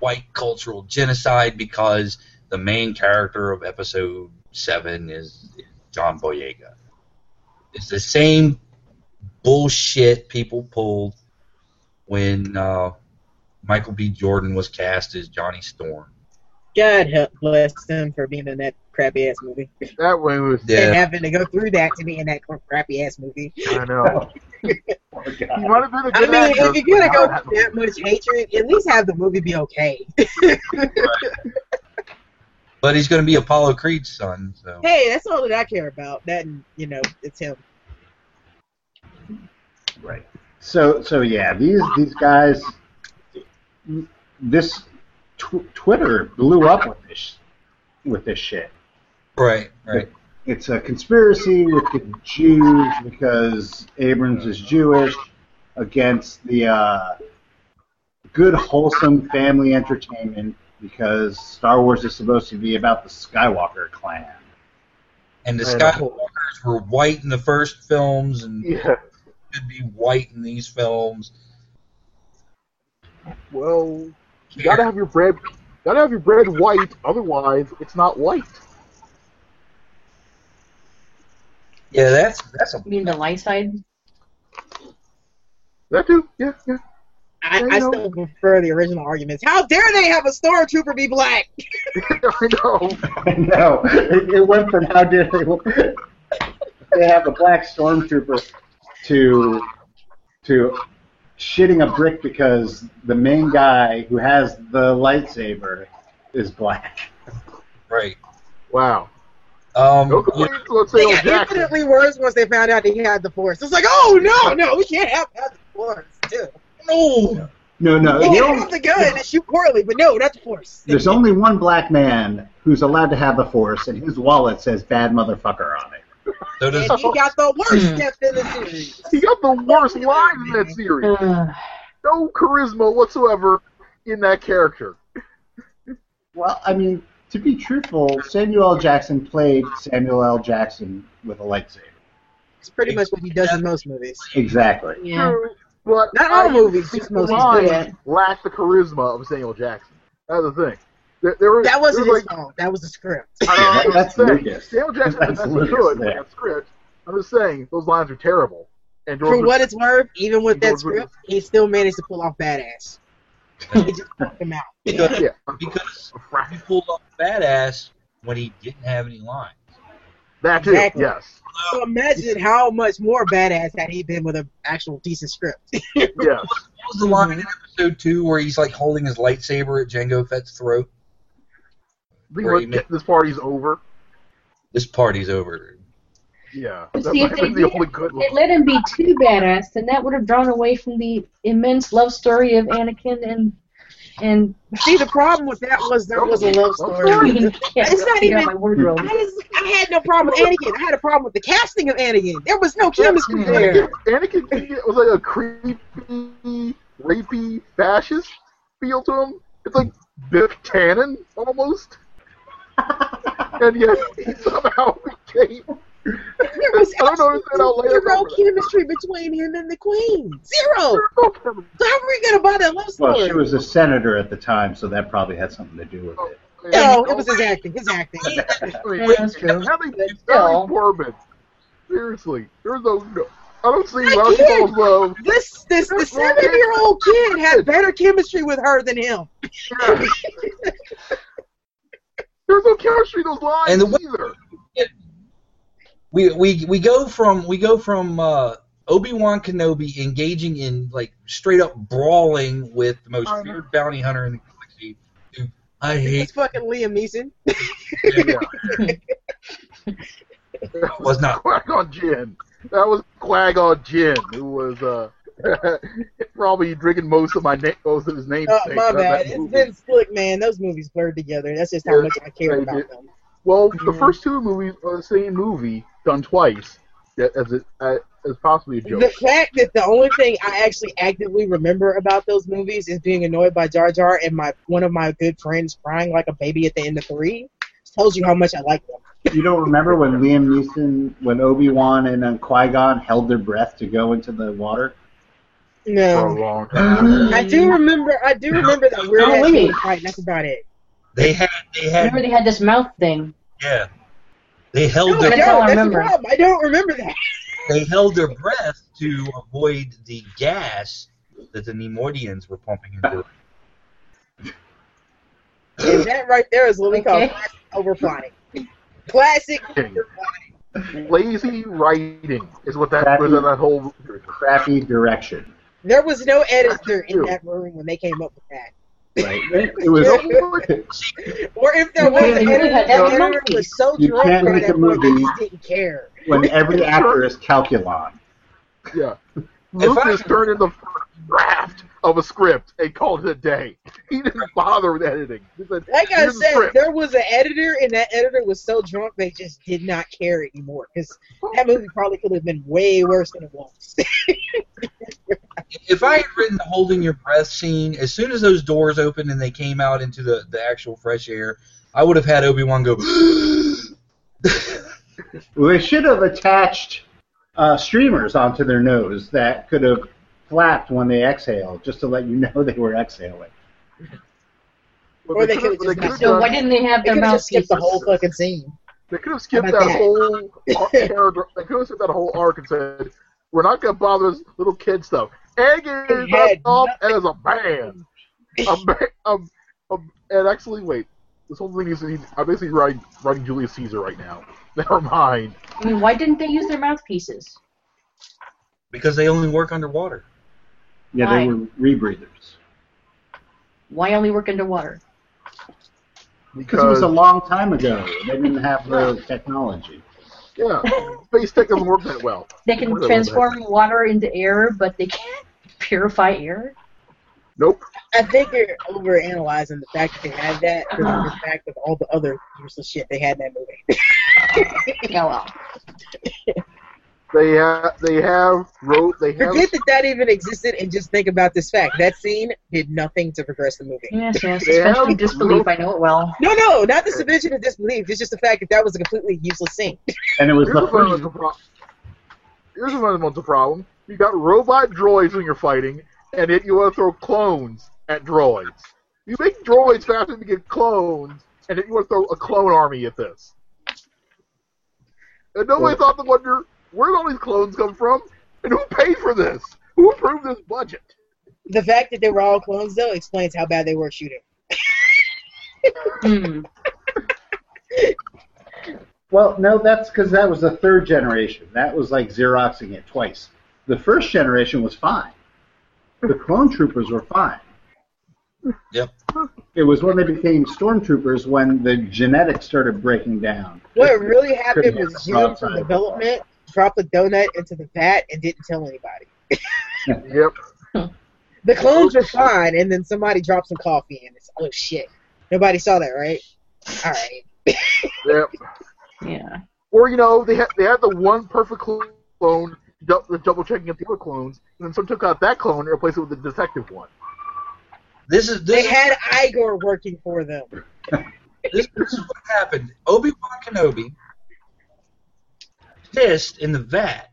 C: white cultural genocide because the main character of episode seven is John Boyega. It's the same bullshit people pulled when uh, Michael B. Jordan was cast as Johnny Storm.
D: God help bless them for being in that crappy ass movie
E: That way was.
D: and having to go through that to be in that crappy ass movie.
E: I know.
A: Oh, my
E: He
A: God.
E: might have been a
D: I
E: good
D: mean,
E: actor,
D: if you're gonna
E: but
D: go
E: not
D: through that much hatred, at least have the movie be okay.
C: But he's going to be Apollo Creed's son, so
D: hey, that's all that I care about. That and you know, it's him.
A: Right. So so yeah, these these guys, this tw- Twitter blew up with this with this shit.
C: right, right.
A: It's a conspiracy with the Jews because Abrams is Jewish against the uh, good wholesome family entertainment because Star Wars is supposed to be about the Skywalker clan.
C: And the
E: I know.
C: Skywalkers were white in the first films, and
E: Yeah.
C: should be white in these films.
E: Well, you gotta have your bread. Gotta have your bread white. Otherwise, it's not white.
C: Yeah, that's that's a
B: You mean the light side?
E: That too. Yeah. Yeah. I
D: I, I
E: know.
D: still prefer the original arguments. How dare they have a stormtrooper be black?
E: I know.
A: I know. It, it went from how did they, they have a black stormtrooper to to shitting a brick because the main guy who has the lightsaber is black.
C: right.
E: Wow.
C: Um,
E: No
C: yeah,
E: complaints. Let's
D: They
E: say on
D: got
E: Jackson.
D: infinitely worse once they found out he had the force. It's like, oh no, no, we can't have, have the force too.
C: no,
A: No, no.
D: We
A: the
D: can't
A: only-
D: have the gun and shoot poorly, but no, not the force.
A: there's only one black man who's allowed to have the force, and his wallet says "bad motherfucker" on it.
C: so
D: And
C: does
D: he got the worst death in the series.
E: He got the worst line in that series.
B: Ugh.
E: No charisma whatsoever in that character.
A: Well, I mean, to be truthful, Samuel L. Jackson played Samuel L. Jackson with a lightsaber.
D: It's pretty much what he does in most movies.
A: Exactly.
B: yeah.
E: True, But
D: Not all
E: I
D: movies,
E: think
D: just
E: the
D: movies do
E: line
B: that.
E: lacked the charisma of Samuel Jackson. That's the thing. There, there were,
D: That wasn't
E: there
D: his
E: was
D: fault. That was the script.
E: I don't know,
A: Yeah,
E: I'm
A: that's
E: saying,
A: Lucas.
E: Samuel Jackson
A: That's
E: that's did
A: Lucas
E: good with
A: there.
E: that script. I'm just saying those lines are terrible. And
D: For
E: George
D: what it's worth, even with that
E: George Lucas.
D: script, he still managed to pull off badass. He just knocked him out.
C: because,
E: yeah,
C: because he
E: Right.
C: pulled off badass when he didn't have any lines.
E: that too.
D: Exactly.
E: Yes,
D: So imagine how much more badass had he been with an actual decent script.
E: yes.
C: What was the line in episode two where he's like holding his lightsaber at Django Fett's throat?
E: We
C: Where he
E: would
C: ma-
E: get- this party's over.
C: This party's over.
E: Yeah,
B: But
E: that
B: see, if
E: might have
B: they
E: been the
B: did-
E: only good
B: They
E: one.
B: let him be too badass, then that would have drawn away from the immense love story of Anakin and and.
D: See, the problem with that was that was a love story.
B: Sorry,
D: It's
B: get
D: not
B: out
D: even-
B: my wardrobe.
D: I, just, I had no problem with Anakin. I had a problem with the casting of Anakin. There was no chemistry
E: Anakin,
D: there.
E: Anakin Keegan was like a creepy, rapey fascist feel to him. It's like Biff Tannen almost, and yet he somehow became
D: There was
E: I don't know what to say about
D: absolutely
E: later
D: zero
E: cover.
D: chemistry between him and the queen. Zero. So how are we gonna buy that love story?
A: Well, she was a senator at the time, so that probably had something to do with it.
D: no, it was his acting. His acting.
B: That's true.
E: How they
B: But
E: Harry
B: still.
E: Corbin. Seriously, there's no, no. I don't see
D: I
E: Rush
D: can't.
E: Paul's love.
D: This this the seven year old kid had better chemistry with her than him.
E: uh, There's no chemistry in those lines
C: And the-
E: either.
C: we we we go from we go from uh, Obi Wan Kenobi engaging in like straight up brawling with the most
E: Um,
C: feared bounty hunter in the galaxy. to, I hate
D: It's fucking Liam Neeson.
E: Yeah.
C: it was not.
E: Quack on Gin. That was Quag on Gin, who was uh, probably drinking most of my na- most of his name.
D: Uh, my bad. It's been slick, man. Those movies blurred together. That's just how much I care about them.
E: Well, the
D: Mhm.
E: first two movies are the same movie done twice, yeah, as it, uh, as possibly a joke.
D: The fact that the only thing I actually actively remember about those movies is being annoyed by Jar Jar and my one of my good friends crying like a baby at the end of three tells you how much I like them.
A: You don't remember when Liam Neeson, when Obi Wan and uh, Qui Gon held their breath to go into the water?
E: for a
D: No,
E: long time.
D: I do remember. I do remember that weird
B: Oh,
D: ass
B: wait.
D: little fight. and That's about it.
C: They had they
B: Remember
C: had
B: they had this mouth thing.
C: yeah. They
D: No,
C: held
D: I
B: Oh, that's
D: don't.
C: their
B: all I
D: That's the
B: remember.
D: problem. I don't remember that.
C: they held their breath to avoid the gas that the Nemoidians were pumping into. it.
D: And that right there is what we call
B: Okay.
D: classic overplotting. Classic.
E: Lazy writing is what that was
A: Crappy-
E: that whole.
A: Crappy direction.
D: There was no editor in that room when they came up with that.
A: Right? It, it was.
D: Or if there
B: You
D: was
B: can't-
D: an
B: you
D: editor,
B: can't
D: that
B: have
D: editor
B: monkeys.
D: was so
A: You
D: drunk
A: can't
D: by
A: make
D: that
A: a
D: point they
A: movie.
D: just didn't care.
A: when every actor is Calculon.
E: Yeah. Lucas
C: I-
E: turned in the first draft of a script and called it a day. He didn't bother with editing. He said,
D: Like I
E: Here's the
D: said,
E: script.
D: there was an editor, and that editor was so drunk they just did not care anymore. Because that movie probably could have been way worse than it was.
C: If I had written the holding your breath scene, as soon as those doors opened and they came out into the, the actual fresh air, I would have had Obi Wan go.
A: They should have attached uh, streamers onto their nose that could have flapped when they exhaled, just to let you know they were exhaling.
E: Well,
D: Or they
E: could've-
D: could've just
E: could've
B: So
E: done-
B: why didn't they have
D: They
B: their
D: could have just skipped
B: mouthpieces?
D: the whole fucking scene.
E: They could have skipped
D: How
E: that,
D: about
E: whole ar- character. They could have skipped that whole arc and said, "We're not gonna bother this little kid stuff." Egg
D: They
E: is
D: had
E: off as a man. A man. Um, um, and actually, wait. This whole thing is I'm basically writing, writing Julius Caesar right now. Never mind.
B: I mean, why didn't they use their mouthpieces?
C: because they only work underwater.
A: Yeah, they were rebreathers.
B: Why only work underwater?
A: Because it was
E: Because
A: a long time ago. They didn't have the technology.
E: yeah, space tech doesn't work that well.
B: They can
E: Work that
B: transform water into air, but they can't purify air.
E: Nope.
D: I think they're overanalyzing the fact that they had that because of the fact of all the other useless shit they had in that movie.
B: Yeah, Oh, well.
E: They have they have wrote they have
D: Forget that that even existed and just think about this fact. That scene did nothing to progress the movie.
B: Yes, yes.
E: They
B: Suspension
E: have-
B: of disbelief, I know it well.
D: No, no, not the subvention of disbelief. It's just the fact that that was a completely useless scene.
A: And it was
E: Here's
A: the
E: what was
A: first.
E: the pro- Here's what was the problem. You got robot droids when you're fighting, and yet you want to throw clones at droids. You make droids faster than you get clones, and then you want to throw a clone army at this. And nobody
A: Yeah.
E: thought to wonder where did all these clones come from, and who paid for this? Who approved this budget?
D: The fact that they were all clones, though, explains how bad they were at shooting.
B: Hmm.
A: Well, no, that's because that was the third generation. That was like Xeroxing it twice. The first generation was fine. The clone troopers were fine.
C: Yep.
A: It was when they became stormtroopers when the genetics started breaking down.
D: What really happened
A: Couldn't have
D: was Jim from
A: prophesied.
D: development dropped a donut into the vat and didn't tell anybody.
E: Yep.
D: The clones were fine, and then somebody dropped some coffee in. It's oh shit. Nobody saw that, right? All right.
E: Yep.
B: Yeah.
E: Or you know, they had they had the one perfect clone, dou- double checking at the other clones, and then some took out that clone and replaced it with the detective one.
C: This is
D: They
C: this,
D: had Igor working for them.
C: this, this is what happened. Obi Wan Kenobi fist in the vat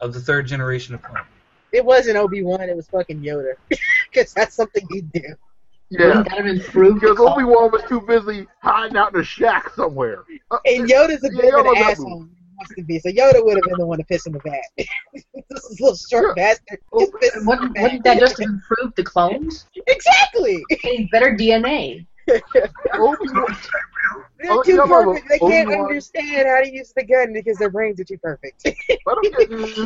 C: of the third generation of clone.
D: It wasn't Obi Wan. It was fucking Yoda, because that's something you do.
E: Yeah.
B: Wouldn't that have improved? the
E: Because
B: cause?
E: Obi Wan was too busy hiding out in a shack somewhere. Uh,
D: And Yoda's a bit of
E: Yoda's
D: an
E: a-
D: asshole. when he Wants to be so Yoda would have been the one to piss in the back. this is little short bastard. just piss in the
B: Wouldn't,
D: back.
B: wouldn't that just have improved the clones?
D: exactly?
B: Getting better DNA.
E: Obi-Wan,
D: They're
E: Oh,
D: too
E: no, no, no.
D: perfect. They can't
E: Obi-Wan-
D: understand how to use the gun because their brains are too perfect.
E: I don't get this.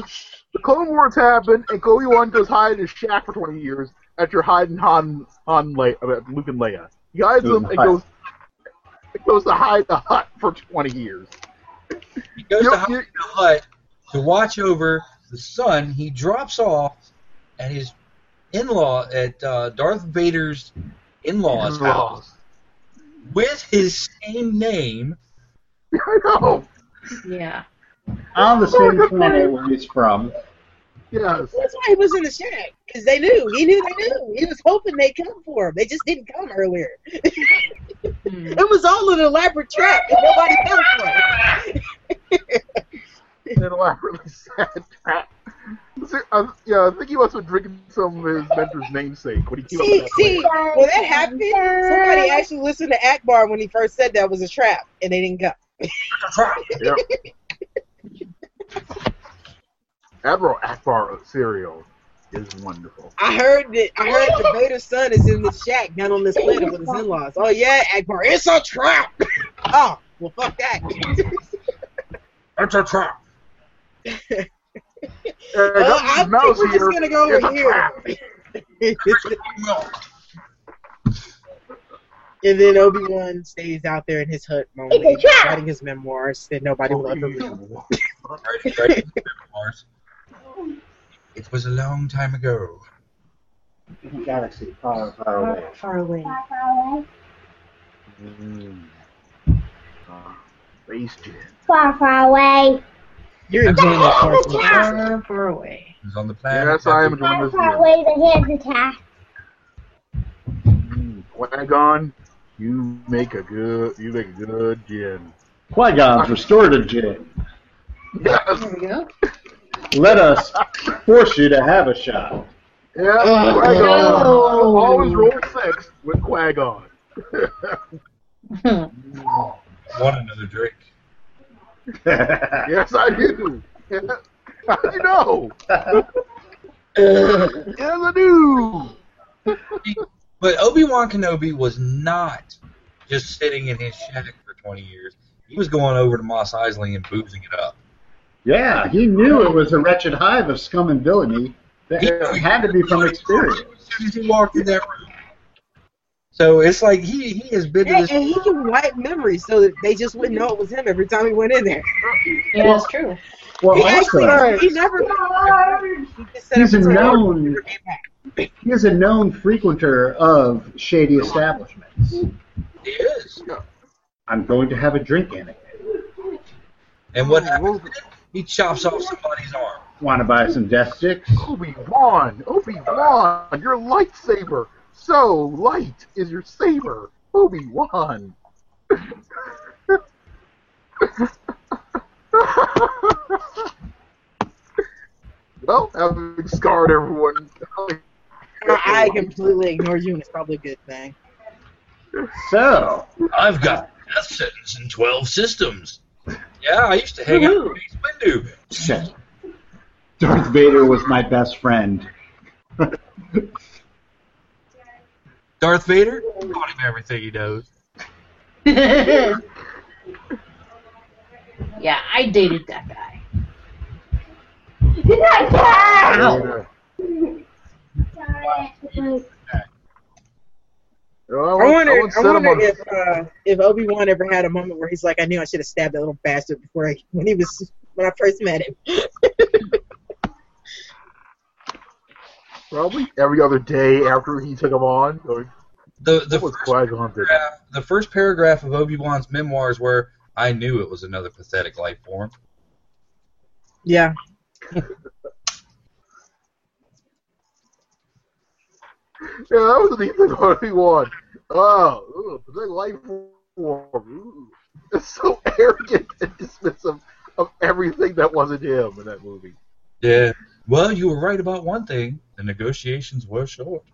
E: The Clone Wars happened, and Obi Wan goes hide in his shack for 20 years after hiding Han, Han Le- I mean, Luke and Leia. He hides
A: Goes in
E: them
A: the
E: and
A: hut.
E: goes, goes to hide the hut for 20 years.
C: He goes
E: You-
C: to Hobbit
E: you-
C: Hut to watch over the son he drops off at his in law, at uh, Darth Vader's in
D: Oh,
C: law's house with his same name.
E: I know.
B: Yeah.
A: On the same planet where he's from.
E: Yes.
D: That's why he was in the shack because they knew. He knew they knew. He was hoping they'd come for him. They just didn't come earlier.
B: Hmm.
D: It was all an elaborate trap. and Nobody fell for it.
E: An elaborately sad trap. So, uh, yeah, I think he must have been drinking some of his mentor's namesake when he came up
D: See,
E: with that
D: see, when that happened, somebody actually listened to Akbar when he first said that was a trap, and they didn't go.
E: plan. Yeah. Admiral Akbar cereal is wonderful.
D: I heard that. I heard the Vader's son is in the shack down on this planet with his in-laws. Oh yeah, Akbar, it's a trap. oh well, fuck that.
C: That's a trap.
E: Uh,
D: Oh,
E: got
D: I
E: this mouse
D: think we're
E: here.
D: just gonna go
E: It's
D: over
E: a
D: here.
E: trap.
D: and then Obi Wan stays out there in his hut, lonely, writing his memoirs that nobody will ever read.
E: Unbelievable.
C: Right, right. Mars. It was a long time ago.
A: Galaxy far, far away.
B: Far, far away.
D: Mm.
E: Uh, Space Jam.
F: Far, far away.
D: You're enjoying that part. of it.
B: Far, far away.
C: It was on the planet.
E: Yes, I am enjoying
F: Far,
E: this
F: far
E: video.
F: away. The hands attack.
E: Mm, Qui-Gon, you make a good, you make a good gin.
A: Qui-Gon's restored to Jin.
E: Yes,
B: There we go.
A: Let us force you to have a shot.
E: yes,
D: Oh,
E: Qui-Gon.
B: no.
E: Always roll six with Qui-Gon.
B: Hmm.
C: Want another drink?
E: Yes, I do. How do you know? Yes, I do.
C: But Obi Wan Kenobi was not just sitting in his shack for 20 years. He was going over to Moss Eisley and boozing it up.
A: yeah, he knew it was a wretched hive of scum and villainy. That it had to be from experience.
C: As soon as he walked in that room. So it's like he, he has been to
D: Yeah,
C: this.
D: and he can wipe memories so that they just wouldn't know it was him every time he went in there.
B: Yeah, that's true.
A: Well,
E: Oh,
D: He actually,
A: also,
D: he never. He just set
A: he's a
D: up his own-
A: known he is a known frequenter of shady establishments.
C: He is.
A: I'm going to have a drink in it.
C: And what happens? He chops off somebody's arm.
A: Want to buy some death sticks?
E: Obi Wan, Obi Wan, your lightsaber. So light is your saber, Obi Wan. well, having scarred everyone.
D: I completely ignore you, and it's probably a good thing.
A: So,
C: I've got death sentence in 12 systems. Yeah, I used to hang out with Mace Windu.
A: shit. Darth Vader was my best friend.
C: Darth Vader taught him everything he knows.
B: yeah, I dated that guy.
E: Ow.
F: Sorry.
E: Well,
D: I wonder,
E: would
D: I
E: set him
D: wonder
E: on-
D: if uh, if Obi Wan ever had a moment where he's like, I knew I should have stabbed that little bastard before I, when he was when I first met him.
E: probably every other day after he took him on. Or,
C: The, the
E: that was
C: first
E: Qui Gon did.
C: paragraph- the first paragraph of Obi Wan's memoirs were, "I knew it was another pathetic life form."
D: Yeah,
E: Yeah, that was the thing about Obi Wan. Oh, ooh, that life form. Ooh. It's so arrogant and dismissive of everything that wasn't him in that movie.
C: Yeah. Well, you were right about one thing. The negotiations were short.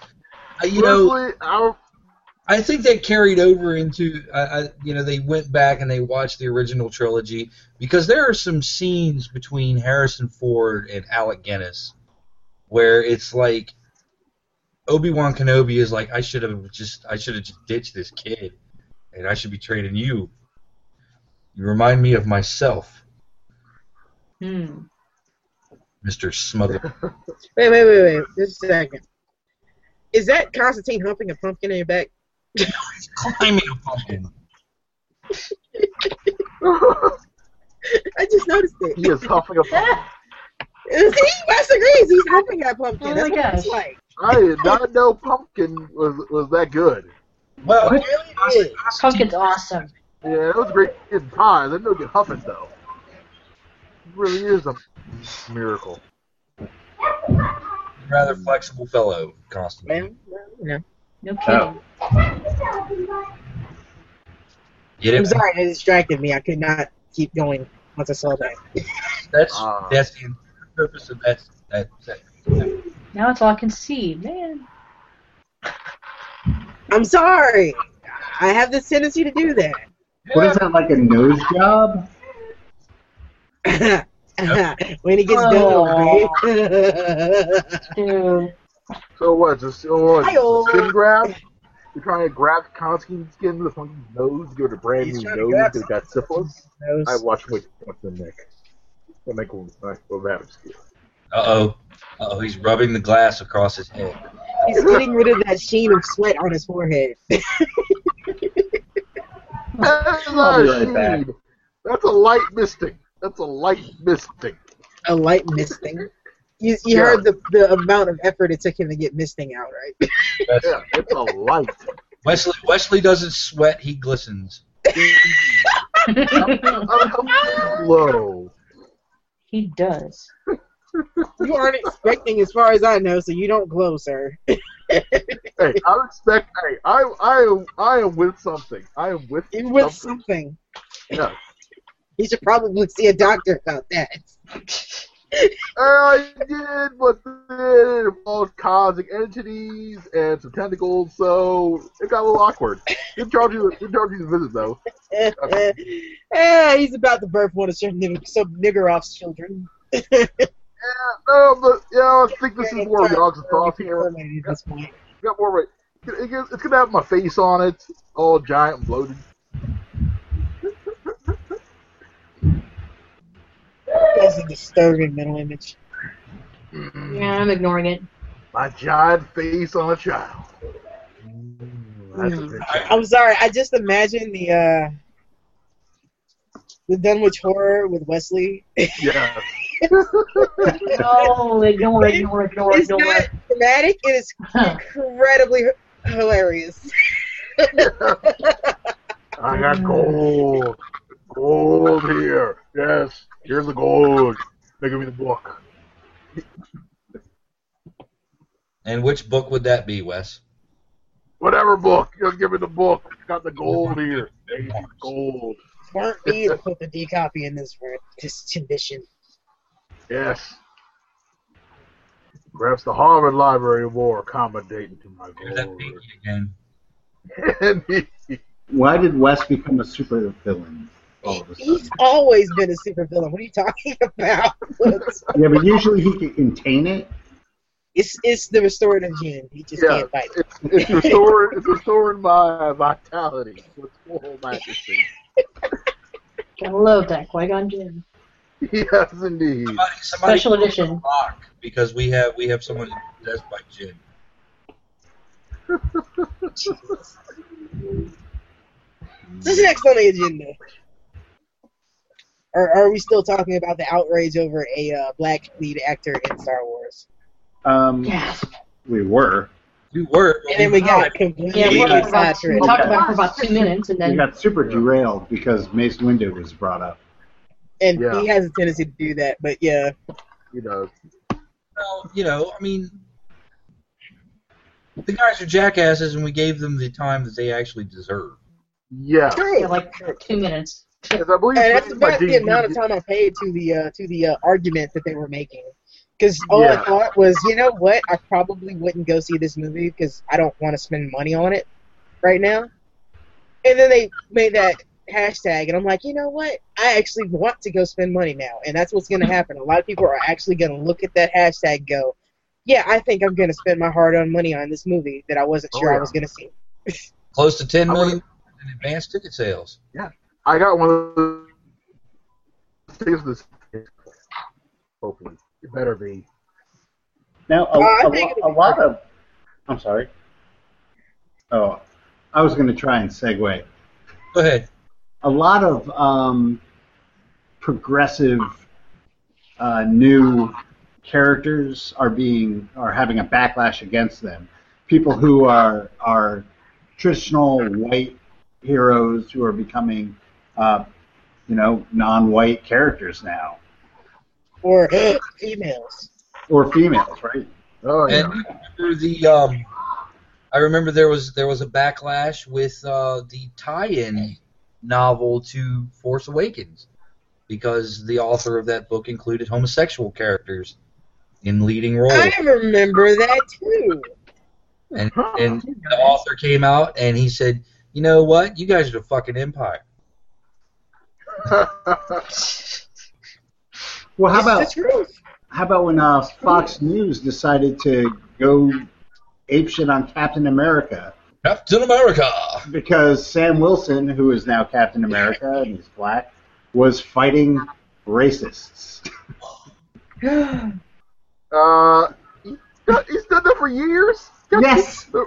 C: I, Uh, you know,
E: Honestly, I,
C: I think that carried over into, I, I, you know, they went back and they watched the original trilogy because there are some scenes between Harrison Ford and Alec Guinness where it's like Obi Wan Kenobi is like, I should have just, I should have just ditched this kid, and I should be training you. You remind me of myself,
B: Hmm.
C: Mister Smother.
D: Wait, wait, wait, wait. Just a second. Is that Constantine humping a pumpkin in your back?
C: Climbing a pumpkin.
D: I just noticed it.
E: he is huffing a pumpkin.
D: See, Wes agrees. He's humping that pumpkin.
B: Oh
D: That's
B: my
D: what
B: gosh.
D: it's like.
E: I did not know pumpkin was was that good.
C: Well,
B: What?
C: Const-
B: Pumpkin's awesome.
E: Yeah, that was great in time. That no good huffing though. It really is a miracle.
C: rather flexible fellow, Constantine.
D: Well, you know.
B: No kidding.
A: Oh.
C: Get
D: I'm
C: it?
D: sorry, it distracted me. I could not keep going once I saw that.
C: That's
E: Ah.
C: that's the entire purpose of that. That, that.
B: Now it's all I can see, man.
D: I'm sorry. I have this tendency to do
A: What is that like a nose job?
D: that. when it gets
B: Oh.
D: done, right?
B: Dude.
E: So what? Just so what, just
D: Hi-yo.
E: a skin grab? You're trying to grab Konski's skin to the pumpkin's nose, give it a brand
D: He's
E: new
D: trying to
E: nose
D: grab
E: that got syphilis.
D: Nose.
E: I watched which what's the Nick. The Nick will will matter.
C: Uh oh. Uh oh. He's rubbing the glass across his head.
D: He's getting rid of that sheen of sweat on his forehead.
E: That's
A: I'll
E: not
A: be
E: a
A: right back.
E: sheen. That's a light misting. That's a light misting.
D: A light misting. You, you
E: Yeah.
D: heard the, the amount of effort it took him to get misting out, right?
C: That's-
E: Yeah, it's a light.
C: Wesley Wesley doesn't sweat. He glistens.
E: I'm low.
B: he does.
D: You aren't expecting, as far as I know, so you don't glow, sir.
E: Hey, I expect. Hey, I, I, I am with something. I am with.
D: Even with
E: something.
D: something.
E: Yeah.
D: You should probably see a doctor about that.
E: I did, but then it involved cosmic entities and some tentacles, so it got a little awkward. Didn't charge you. Didn't charge you the visit though.
D: Eh, he's about to birth one of some, nigger- some nigger off's children.
E: Yeah, no, Um, but yeah, I think this is more dogs and thoughts here.
D: At this point.
E: Got more right. It gets- It's gonna have my face on it, all giant and bloated.
D: That's a disturbing mental image.
B: Yeah, I'm ignoring it.
E: My giant face on a child. That's a good child.
D: I'm sorry. I just imagine the uh, the Dunwich horror with Wesley.
E: Yeah.
B: No, ignore, ignore, ignore,
D: It's
B: ignore.
D: not dramatic. It is incredibly h- hilarious.
E: I got gold. Gold here. Yes. Here's the gold. They give me the book.
C: And which book would that be, Wes?
E: Whatever book. Just give me the book. Got the gold here. They give me the Gold.
D: Weren't me to put the D copy in this for this condition.
E: Yes. Perhaps the Harvard Library of War accommodating to my
C: Here's that
E: gold.
C: pinky again.
A: Why did Wes become a super villain all of a
D: He's
A: sudden?
D: always been a supervillain. What are you talking about?
A: Yeah, but usually he could contain it.
D: it's it's the restorative gene. He just
E: Yeah.
D: can't fight. it.
E: it's, it's restoring. It's restoring my vitality. With full majesty.
B: I love that Qui-Gon Jinn.
E: Yes, indeed.
C: Somebody, somebody
B: Special edition.
C: lock because we have we have someone possessed by Jin.
D: So What's next on the agenda? Or are we still talking about the outrage over a uh, black lead actor in Star Wars?
A: Um,
B: Yes.
A: We were.
C: We were. but
D: And then we got
B: Yeah,
D: completely
B: we talked about, we
D: sidetracked.
B: talked about it for about two minutes, and
A: We
B: then
A: got super derailed because Mace Windu was brought up.
D: And
E: Yeah.
D: he has a tendency to do that, but yeah.
E: You know.
C: Well, you know, I mean, The guys are jackasses, and we gave them the time that they actually deserve.
E: Yeah,
B: Yeah, like two minutes.
E: As I believe
D: And that's
E: raised by
D: about the
E: D&D
D: amount of time I paid to the uh, to the uh, argument that they were making. Because all
E: Yeah.
D: I thought was, you know what, I probably wouldn't go see this movie because I don't want to spend money on it right now. And then they made that hashtag, and I'm like, you know what, I actually want to go spend money now, and that's what's going to happen. A lot of people are actually going to look at that hashtag, and go, yeah, I think I'm going to spend my hard-earned money on this movie that I wasn't
E: Oh,
D: sure
E: yeah.
D: I was going to see.
C: Close to ten
E: I
C: million in advance ticket sales.
E: I got one of those things this hopefully. It better be.
A: Now, a,
D: Uh, I
A: a,
D: think
A: lo- a lot of. I'm sorry. Oh, I was going to try and segue.
C: Go ahead.
A: A lot of um, progressive uh, new characters are being are having a backlash against them. People who are are traditional white heroes who are becoming, uh, you know, non-white characters now,
D: Or emails.
A: or females, right?
E: Oh yeah.
C: And I remember the um, I remember there was there was a backlash with uh, the tie-in novel to Force Awakens because the author of that book included homosexual characters in leading roles.
D: I remember that too.
C: And, and the author came out and he said, "You know what? You guys are the fucking empire."
A: Well, how
D: It's
A: about
D: the truth.
A: How about when uh, Fox News decided to go apeshit on Captain America
C: Captain America.
A: because Sam Wilson, who is now Captain America and he's black, was fighting racists.
E: uh, he's done, he's done that for years.
A: yes.
E: The,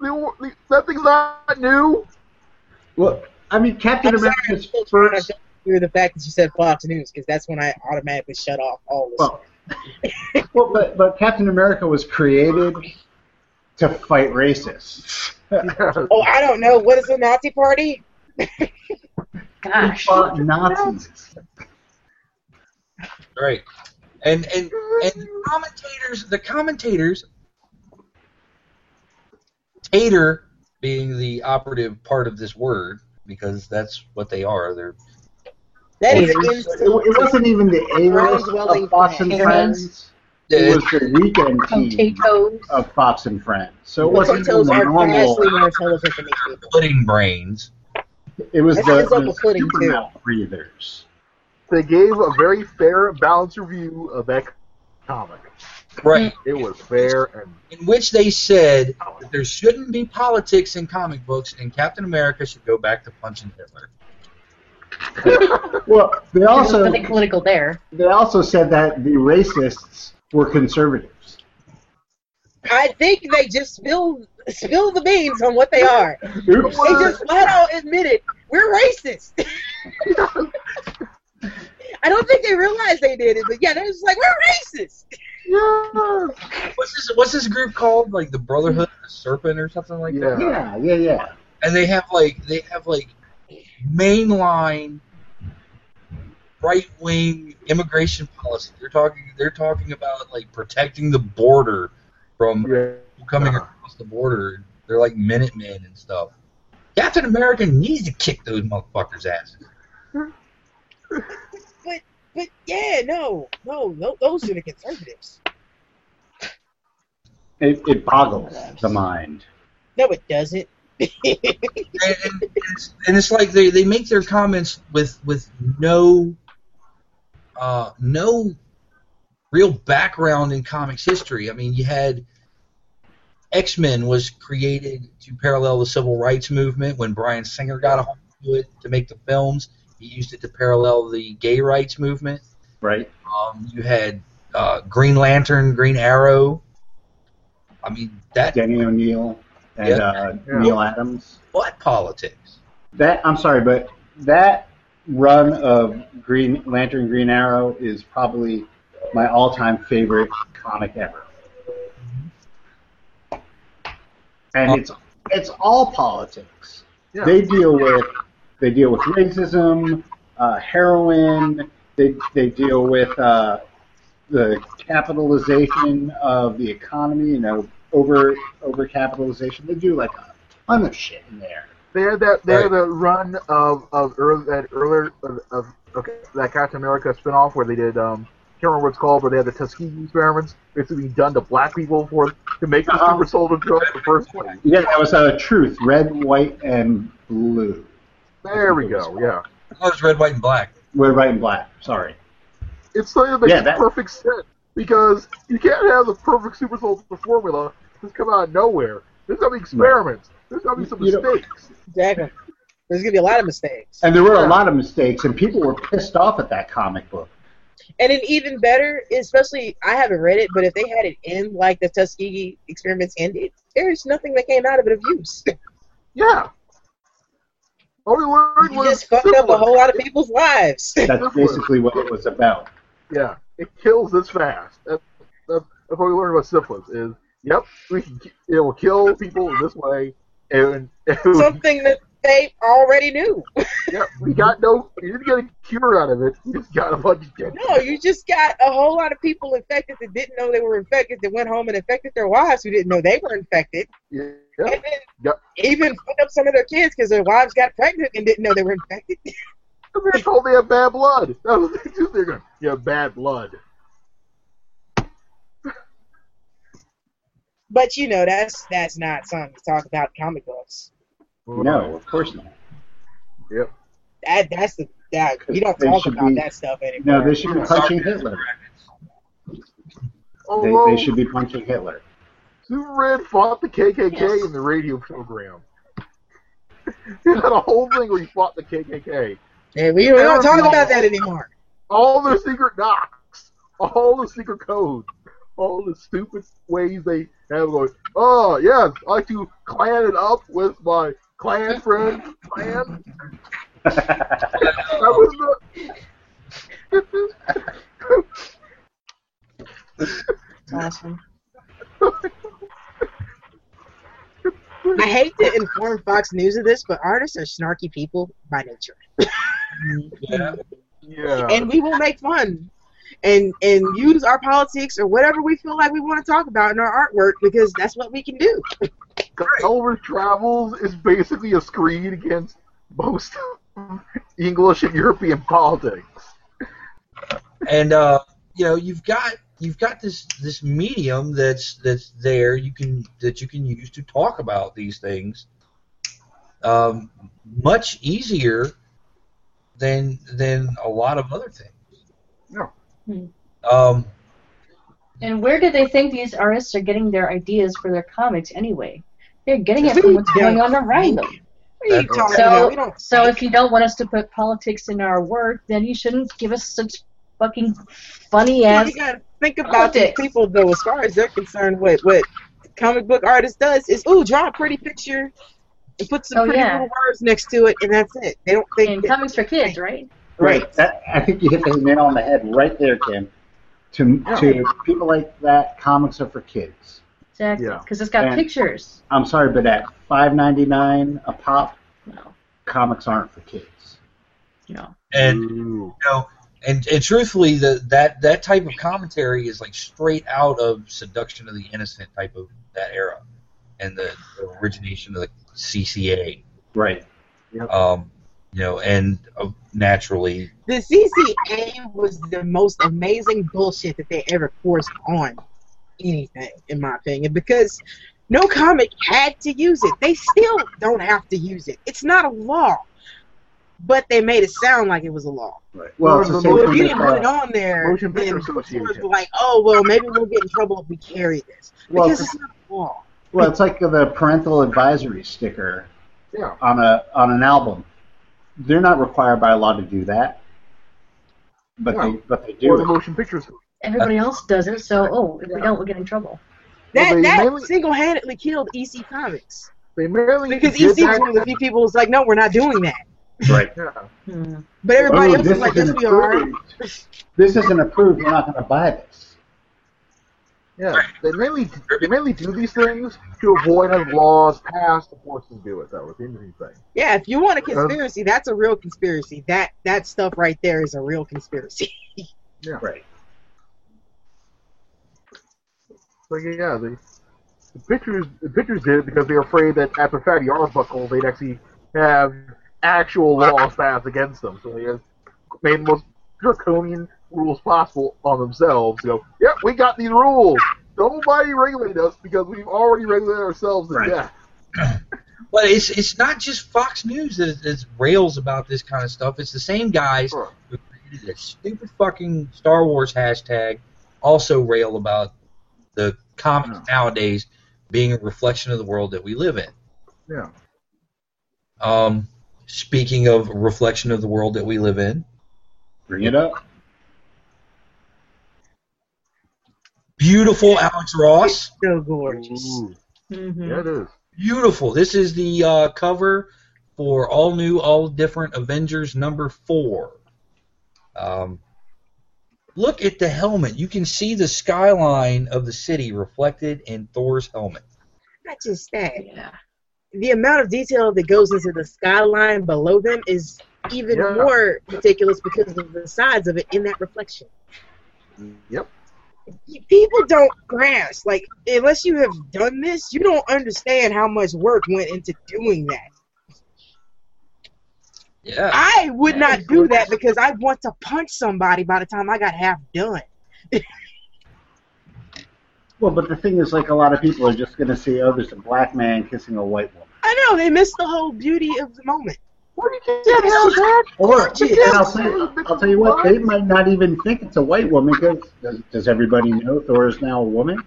E: the, the, that thing's not new.
A: Well, I mean Captain
D: I'm sorry, I'm
A: America's
D: still trying
A: first.
D: to hear the fact that you said Fox News because that's when I automatically shut off all this.
A: Well, well, but but Captain America was created to fight racists.
D: oh, I don't know. What is the Nazi Party? Ah,
A: He
B: Gosh.
A: fought Nazis.
C: Right. And and and the commentators, the commentators, tater being the operative part of this word because that's what they are. They're
D: That
A: It,
D: is
A: was,
D: insult.
A: it wasn't even the A-list of Fox and Friends. It was the weekend team.
B: Potatoes.
A: of Fox and Friends. So it wasn't
D: Potatoes
A: the
D: are
A: normal.
D: vastly more intelligent than these people.
C: pudding brains.
A: It was
D: That's
A: the,
D: his uncle
A: the
D: pudding,
A: super
D: too.
A: mouth breathers.
E: They gave a very fair, balanced review of that comic.
C: Right.
E: It was fair and
C: In which they said that there shouldn't be politics in comic books and Captain America should go back to punching Hitler.
A: Well, they also
B: nothing political there.
A: they also said that the racists were conservatives.
D: I think they just spilled spilled the beans on what they are.
A: Oops.
D: They just flat out admit it. We're racist. I don't think they realized they did it, but yeah, they're just like we're racist.
E: yeah,
C: What's this? What's this group called? Like the Brotherhood of the Serpent or something like that.
E: yeah.
A: Yeah, yeah, yeah.
C: and they have like they have like mainline right wing immigration policy. They're talking they're talking about like protecting the border from
E: yeah.
C: people coming
E: Uh-huh.
C: across the border. They're like Minutemen and stuff. Captain America needs to kick those motherfuckers' asses.
D: But yeah, no, no, no those are the conservatives.
A: It, it boggles the mind.
D: No, it doesn't.
C: And, and, it's, and it's like they, they make their comments with with no uh, no real background in comics history. I mean, you had X Men was created to parallel the civil rights movement. When Brian Singer got a hold of it to make the films, he used it to parallel the gay rights movement.
A: Right.
C: Um, you had uh, Green Lantern, Green Arrow. I mean, that
A: Denny O'Neill and
C: Yeah.
A: uh,
E: Yeah.
A: Neil Adams.
C: what politics?
A: That I'm sorry, but that run of Green Lantern, Green Arrow is probably my all-time favorite comic ever. And it's it's all politics.
E: Yeah.
A: They deal with they deal with racism, uh, heroin. They they deal with uh, the capitalization of the economy. You know, over over capitalization. They do like a ton of shit in there.
E: They had that. They
C: Right.
E: had the run of of early, that earlier of, of okay, that Captain America spinoff where they did um can't remember what it's called, but they had the Tuskegee experiments basically done to black people for to make the
A: Uh-oh.
E: super soldier drug in the first place.
A: Yeah, that was uh, truth. Red, white, and blue.
E: There we go. Yeah,
C: Oh, it's red, white, and black.
A: Red, white, and black. Sorry.
E: it's something that makes
A: Yeah, that-
E: perfect sense because you can't have the perfect super soldier formula just come out of nowhere. There's gonna be experiments. There's gonna be some
A: You don't-
E: mistakes.
D: Exactly. There's gonna be a lot of mistakes.
A: And there were a lot of mistakes, and people were pissed off at that comic book.
D: And then even better, especially I haven't read it, but if they had it end like the Tuskegee experiments ended, there's nothing that came out of it of use.
E: Yeah. All we learned
D: You
E: was
D: just fucked up a
E: syphilis.
D: whole lot of people's lives.
A: That's basically what it was about.
E: Yeah, it kills this fast. That's, that's, that's what we learned about syphilis. Is yep, we can, ki- it will kill people this way, and, and
D: Something that they already knew.
E: yeah, we got no. You didn't get a cure out of it. You just got a bunch of dead.
D: No, you just got a whole lot of people infected that didn't know they were infected that went home and infected their wives who didn't know they were infected,
E: Yeah,
D: and then
E: Yep.
D: even fucked up some of their kids because their wives got pregnant and didn't know they were infected.
E: they told they have bad blood. That was just they're going. You have bad blood.
D: But you know, that's that's not something to talk about in comic books.
A: No, of course not.
D: That that's the that you don't
A: They
D: talk
A: should
D: about
A: be-
D: that stuff anymore.
A: No, they should be punching Hitler. They,
E: Although
A: they should be punching Hitler.
E: Superman fought the KKK
B: Yes.
E: in the radio program. He had a whole thing where he fought the KKK.
D: Yeah, we, we don't talk about that anymore.
E: all their secret knocks, all the secret codes, all the stupid ways they have going. Oh yes, I like to clan it up with my clan friend. Clan. That was the.
D: Awesome. I hate to inform Fox News of this, but artists are snarky people by nature,
C: Yeah.
E: yeah.
D: and we will make fun and and use our politics or whatever we feel like we want to talk about in our artwork because that's what we can do.
E: Gulliver Travels is basically a screed against most English and European politics.
C: And uh, you know, you've got you've got this this medium that's that's there you can that you can use to talk about these things um, much easier than than a lot of other things.
E: Yeah.
B: Hmm.
C: Um,
B: And where do they think these artists are getting their ideas for their comics anyway? They're getting it from what's going on around them.
D: What are you
C: That's
D: talking about? We
B: So,
D: don't
B: so if you don't want us to put politics in our work, then you shouldn't give us such fucking funny ass.
D: You gotta think about the
B: Politics.
D: people though, as far as they're concerned, what what comic book artist does is ooh, draw a pretty picture and put some
B: Oh,
D: pretty
B: yeah.
D: little words next to it and that's it. They don't
B: And
D: think that-
B: comics for kids, right?
A: Right. That, I think you hit the nail on the head right there, Kim. To to people like that, comics are for kids.
B: Exactly.
E: Yeah.
B: Because it's got
A: And-
B: pictures.
A: I'm sorry, but at five ninety nine a pop,
B: No,
A: comics aren't for kids.
B: no.
C: and
E: Ooh.
C: you know, and and truthfully, the, that that type of commentary is like straight out of Seduction of the Innocent type of that era, and the, the origination of the CCA.
A: Right.
C: Um, you know, and uh, naturally,
D: the CCA was the most amazing bullshit that they ever forced on anything, in my opinion, because no comic had to use it. They still don't have to use it. It's not a law. But they made it sound like it was a law.
A: Right. Well, it's the same
D: Well, if
A: thing
D: you
A: with,
D: didn't put it
A: uh,
D: on there,
E: Motion
D: then
E: Picture
D: people
E: Association.
D: were like, oh, well, maybe we'll get in trouble if we carry this.
A: well,
D: because
A: it's,
D: it's not a law.
A: well, it's like the parental advisory sticker
E: Yeah.
A: on a on an album. They're not required by law to do that, but
E: No.
A: they but they
E: Or the
A: do. it.
E: motion pictures.
B: Everybody else does it, so oh, if we don't, we'll get in trouble.
D: That,
E: they
D: that
E: mainly-
D: single-handedly killed EC Comics.
E: They merely
D: Because E
E: did
D: EC was
E: that-
D: one of the few people who was like, no, we're not doing that.
A: Right.
E: Yeah.
B: Hmm.
D: But everybody
A: Oh,
D: else
A: this
D: is like, yes,
A: isn't
D: we are.
A: approved. This isn't approved. We're not going to buy this.
E: Yeah, they mainly they mainly do these things to avoid having laws passed to force them to do it. That was the interesting thing.
D: Yeah, if you want a conspiracy, that's a real conspiracy. That that stuff right there is a real conspiracy.
A: Right.
E: So yeah, they The pictures, the pictures did it because they were afraid that after Fatty Arbuckle, they'd actually have actual law staffs against them. So they just made the most draconian rules possible on themselves. You know, yep, we got these rules. Nobody regulate us because we've already regulated ourselves to
A: Right.
E: death.
C: But it's it's not just Fox News that, that rails about this kind of stuff. It's the same guys
E: Sure.
C: who created that stupid fucking Star Wars hashtag also rail about the comics nowadays being a reflection of the world that we live in.
E: Yeah.
C: Um, speaking of reflection of the world that we live in,
A: Bring it up.
C: beautiful Alex Ross.
D: So gorgeous.
B: hmm
E: Yeah, it is.
C: Beautiful. This is the uh, cover for all new, all different Avengers number four. Um, look at the helmet. You can see the skyline of the city reflected in Thor's helmet.
D: Not just that.
B: Yeah.
D: The amount of detail that goes into the skyline below them is even
E: Yeah.
D: more ridiculous because of the size of it in that reflection.
E: Yep.
D: People don't grasp. Like, unless you have done this, you don't understand how much work went into doing that.
C: Yeah.
D: I would not do that because I want to punch somebody by the time I got half done.
A: Well, but the thing is, like, a lot of people are just going to see, oh, there's a black man kissing a white woman.
D: I know they missed the whole beauty of the moment.
E: Where did you get that?
A: Or,
D: Don't you
A: and I'll tell, you, I'll tell you what, they might not even think it's a white woman because does, does everybody know Thor is now a woman?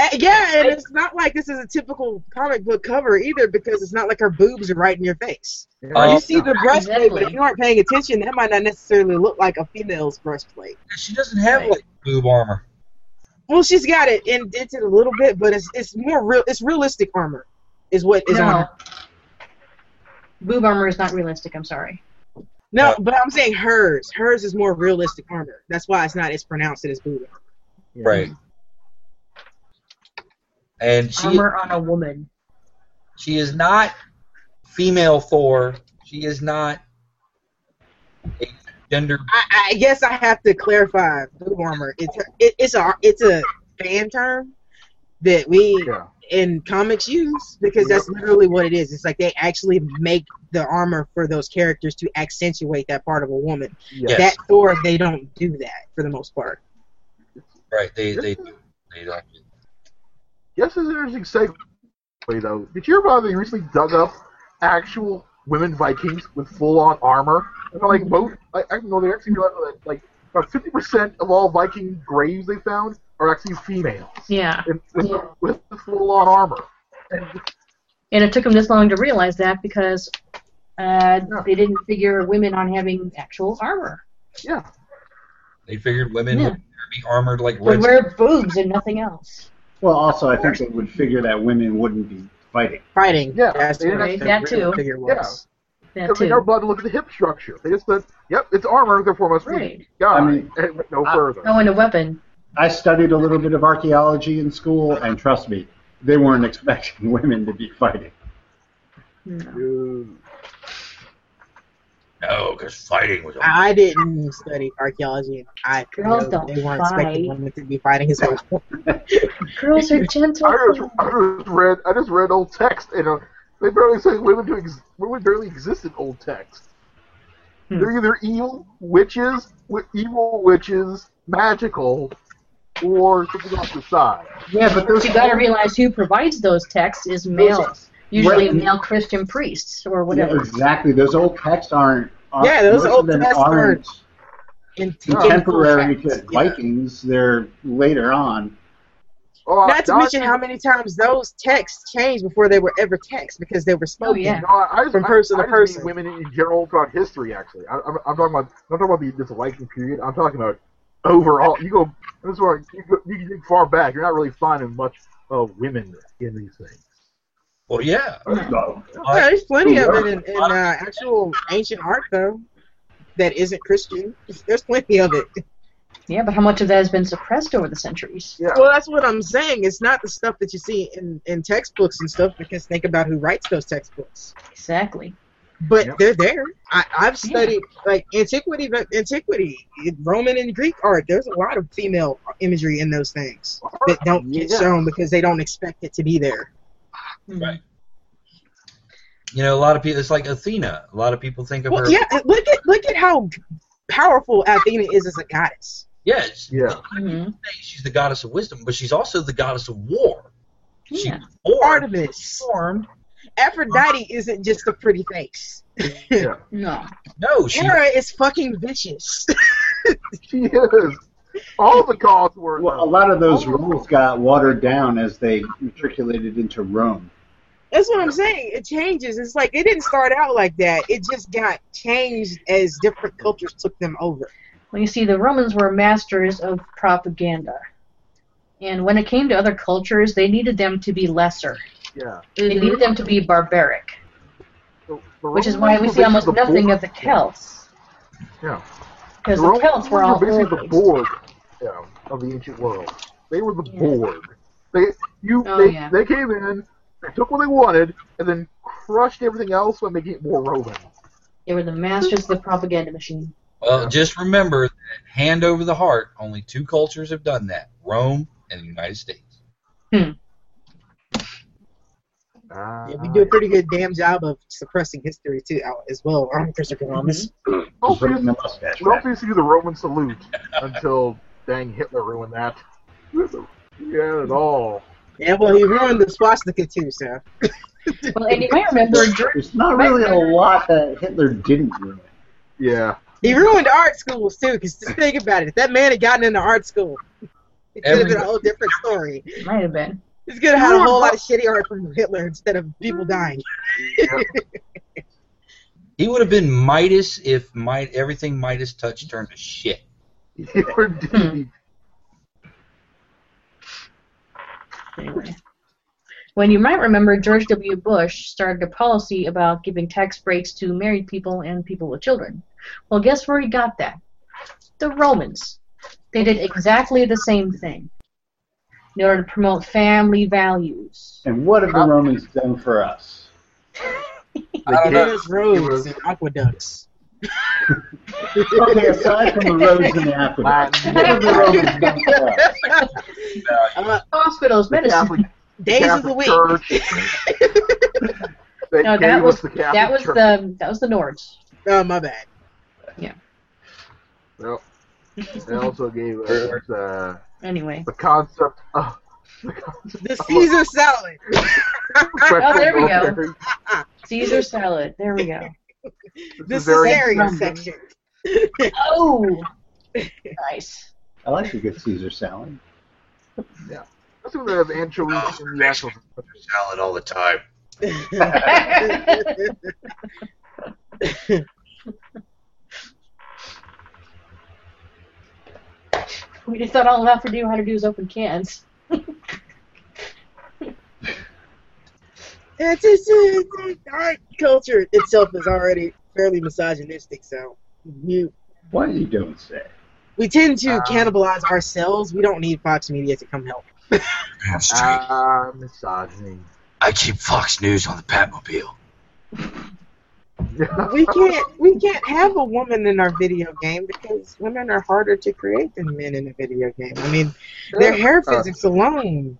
D: Uh, yeah, and it's not like this is a typical comic book cover either because it's not like her boobs are right in your face.
C: Uh,
D: Oh, you see the breastplate, but if
B: Exactly.
D: you aren't paying attention, that might not necessarily look like a female's breastplate.
C: She doesn't have like boob armor.
D: Well, she's got it indented a little bit, but it's it's more real. It's realistic armor, is what is on
B: No.
D: her.
B: Boob armor is not realistic. I'm sorry.
D: No, but I'm saying hers. Hers is more realistic armor. That's why it's not as pronounced as boob. armor.
C: Right. And she
B: armor on a woman.
C: She is not female Thor. She is not a gender.
D: I, I guess I have to clarify boob armor. It's a, it, it's a it's a fan term that we
E: Yeah.
D: in comics use because that's literally what it is. It's like they actually make the armor for those characters to accentuate that part of a woman.
E: Yeah.
C: Yes.
D: That Thor, they don't do that for the most part.
C: Right? They they they don't.
E: Yes, it's an interesting segue, though. Did you hear about how they recently dug up actual women Vikings with full-on armor? And they're like most, I, I know they actually realized that like about 50% of all Viking graves they found are actually females
B: Yeah.
E: and with, with the full-on armor.
B: And it took them this long to realize that because uh, they didn't figure women on having actual armor.
E: Yeah.
C: They figured women
B: Yeah.
C: would be armored like
B: They
C: Red.
B: wear boobs and nothing else.
A: Well, also, I think they would figure that women wouldn't be fighting.
D: Fighting.
E: Yeah,
D: that's
E: they
D: what
E: didn't
D: I
B: Right? That too.
D: figure it
E: Yeah.
D: was.
B: That
E: Because they never
B: too.
E: bothered to look at the hip structure. They just said, "Yep, it's armor, therefore it must be
B: Right.
E: God."
A: I mean-
E: and it went no
A: I-
E: further.
B: Oh, and a weapon.
A: I studied a little bit of archaeology in school, and trust me, they weren't expecting women to be fighting.
B: No.
E: Dude.
C: No, because fighting was. A-
D: I didn't study archaeology. I
B: Girls
D: know
B: don't
D: they weren't expecting
B: fight.
D: women to be fighting his whole
B: Girls are gentle.
E: I just, I just read, I just read old text, and uh, they barely say women to ex- women barely exist in old text.
B: Hmm.
E: They're either evil witches, wi- evil witches, magical, or something off the side.
A: Yeah, but those
B: But you got to realize who provides those texts is males, usually male Christian priests or
A: Yeah,
B: whatever.
A: exactly. Those old texts aren't. aren't
D: Yeah, those
A: most of
D: old
A: them
D: texts
A: aren't
D: in
E: No.
A: contemporary
D: in full
A: to
D: text. Yeah.
A: Vikings. They're later on.
E: Oh, I-
D: Not to
E: I-
D: mention how many times those texts changed before they were ever texts because they were spoken.
B: yeah.
E: No, I, I just,
D: From
E: I-
D: person
E: I,
D: to
E: just
D: person.
E: mean women in general throughout history. Actually, I, I'm, I'm talking about I'm talking about the this Viking period. I'm talking about overall. You go this is where you, go, you can dig far back. You're not really finding much uh, women in these things.
C: well, yeah.
A: No.
D: Yeah,
C: Uh,
D: there's plenty of it in, in uh, actual ancient art, though, that isn't Christian. There's plenty of it.
B: Yeah, but how much of that has been suppressed over the centuries?
E: Yeah.
D: Well, that's what I'm saying. It's not the stuff that you see in, in textbooks and stuff, because think about who writes those textbooks.
B: Exactly.
D: But
E: Yep.
D: they're there. I, I've studied, like, antiquity, but antiquity, Roman and Greek art. There's a lot of female imagery in those things that don't get
E: Yeah.
D: shown because they don't expect it to be there.
C: Right. You know, a lot of people. It's like Athena. A lot of people think of
D: Well,
C: her.
D: yeah, and look at look at how powerful Athena is as a goddess.
C: Yes,
E: Yeah.
B: hmm
C: she's the goddess of wisdom, but she's also the goddess of war. She
B: Yeah.
C: warred,
D: Artemis,
C: formed.
D: Aphrodite isn't just a pretty face.
E: Yeah.
B: No.
C: No, she
D: Hera is fucking vicious.
E: She is. All the gods were.
A: Well, a lot of those rules got watered down as they matriculated into Rome.
D: That's what I'm saying. It changes. It's like it didn't start out like that. It just got changed as different cultures took them over.
B: Well, you see, the Romans were masters of propaganda. And when it came to other cultures, they needed them to be lesser.
E: yeah.
B: They needed them to be barbaric,
E: The- the
B: which is
E: Romans
B: why we
E: were
B: see almost
E: basically the
B: nothing
E: Borg.
B: of the Celts.
E: Yeah.
B: Because
E: The
B: the
E: Romans
B: Celts were all
E: basically the
B: orcs.
E: Borg yeah, of the ancient world. They were the
B: Yeah.
E: Borg. They you
B: Oh,
E: they,
B: yeah.
E: they came in, they took what they wanted, and then crushed everything else by making it more Roman.
B: They were the masters of the propaganda machine.
C: Well, just remember that hand over the heart, only two cultures have done that Rome and the United States.
E: Ah,
D: Yeah, we do a pretty good damn job of suppressing history too, out as well. I'm
E: Mm-hmm.
D: Christopher Columbus. Oh,
A: Just
E: Mostly,
A: putting the mustache
E: we
A: back.
E: also used to do the Roman salute until dang Hitler ruined that. Yeah, at all.
D: Yeah, well, he ruined the swastika too, so.
B: Well, and you might remember during
A: There's not really a lot that Hitler didn't ruin.
E: Yeah.
D: He ruined art schools too, because just think about it. If that man had gotten into art school, it could have been a whole different story.
B: it might have been.
D: He's gonna have had a whole lot of shitty art from Hitler instead of people
E: Mm-hmm.
D: dying.
C: He would have been Midas if might everything Midas touched turned to shit.
E: Indeed.
B: Anyway. When you might remember, George W. Bush started a policy about giving tax breaks to married people and people with children. Well, guess where he got that? The Romans. They did exactly the same thing in order to promote family values.
A: And what have the Romans done for us?
C: I don't know.
D: There's roads and aqueducts.
A: Okay, aside from the roads and the aqueducts, what have the Romans done for us?
D: Uh,
B: Hospitals,
E: The
B: medicine.
E: Catholic,
D: days of the
E: Catholic
D: week.
E: Church. they
B: No, that
E: gave
B: was-
E: us the Catholic
B: That was
E: Church.
B: the that was the Nords.
D: Oh my bad.
E: Well, they also gave us uh,
B: Anyway.
E: the concept of the concept
D: The Caesar salad.
B: Oh, there we go.
E: military.
B: Caesar salad. There we go.
D: the
E: This is very
D: Caesarian
B: Roman.
D: section.
B: Oh, nice.
A: I like a good Caesar salad.
E: That's when they have anchovies in the actual.
C: Salad all the time.
B: We just thought all we'll have to do how to do is open cans.
D: It's just uh, art culture itself is already fairly misogynistic, so you,
A: What are you doing, say?
D: we tend to
E: Um,
D: cannibalize ourselves. We don't need Fox Media to come help. Uh,
E: Ah, misogyny.
C: I keep Fox News on the Batmobile.
D: We can't we can't have a woman in our video game because women are harder to create than men in a video game. I mean, their hair
E: Uh,
D: physics alone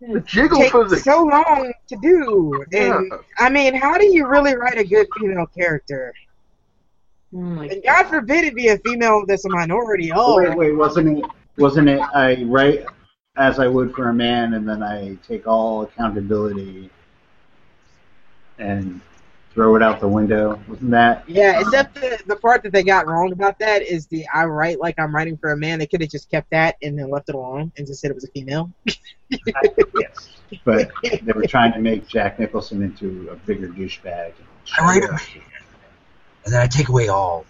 E: the jiggle
D: take
E: physics.
D: so long to do.
E: Yeah.
D: And I mean, how do you really write a good female character?
B: Oh my
D: And God forbid it be a female that's a minority. Oh,
A: Wait, wait, wasn't it? Wasn't it? I write as I would for a man, and then I take all accountability and throw it out the window. Wasn't that?
D: Yeah, except the, the part that they got wrong about that is the I write like I'm writing for a man. They could have just kept that and then left it alone and just said it was a female.
A: Yes. But they were trying to make Jack Nicholson into a bigger douchebag.
C: I write a man, and then I take away all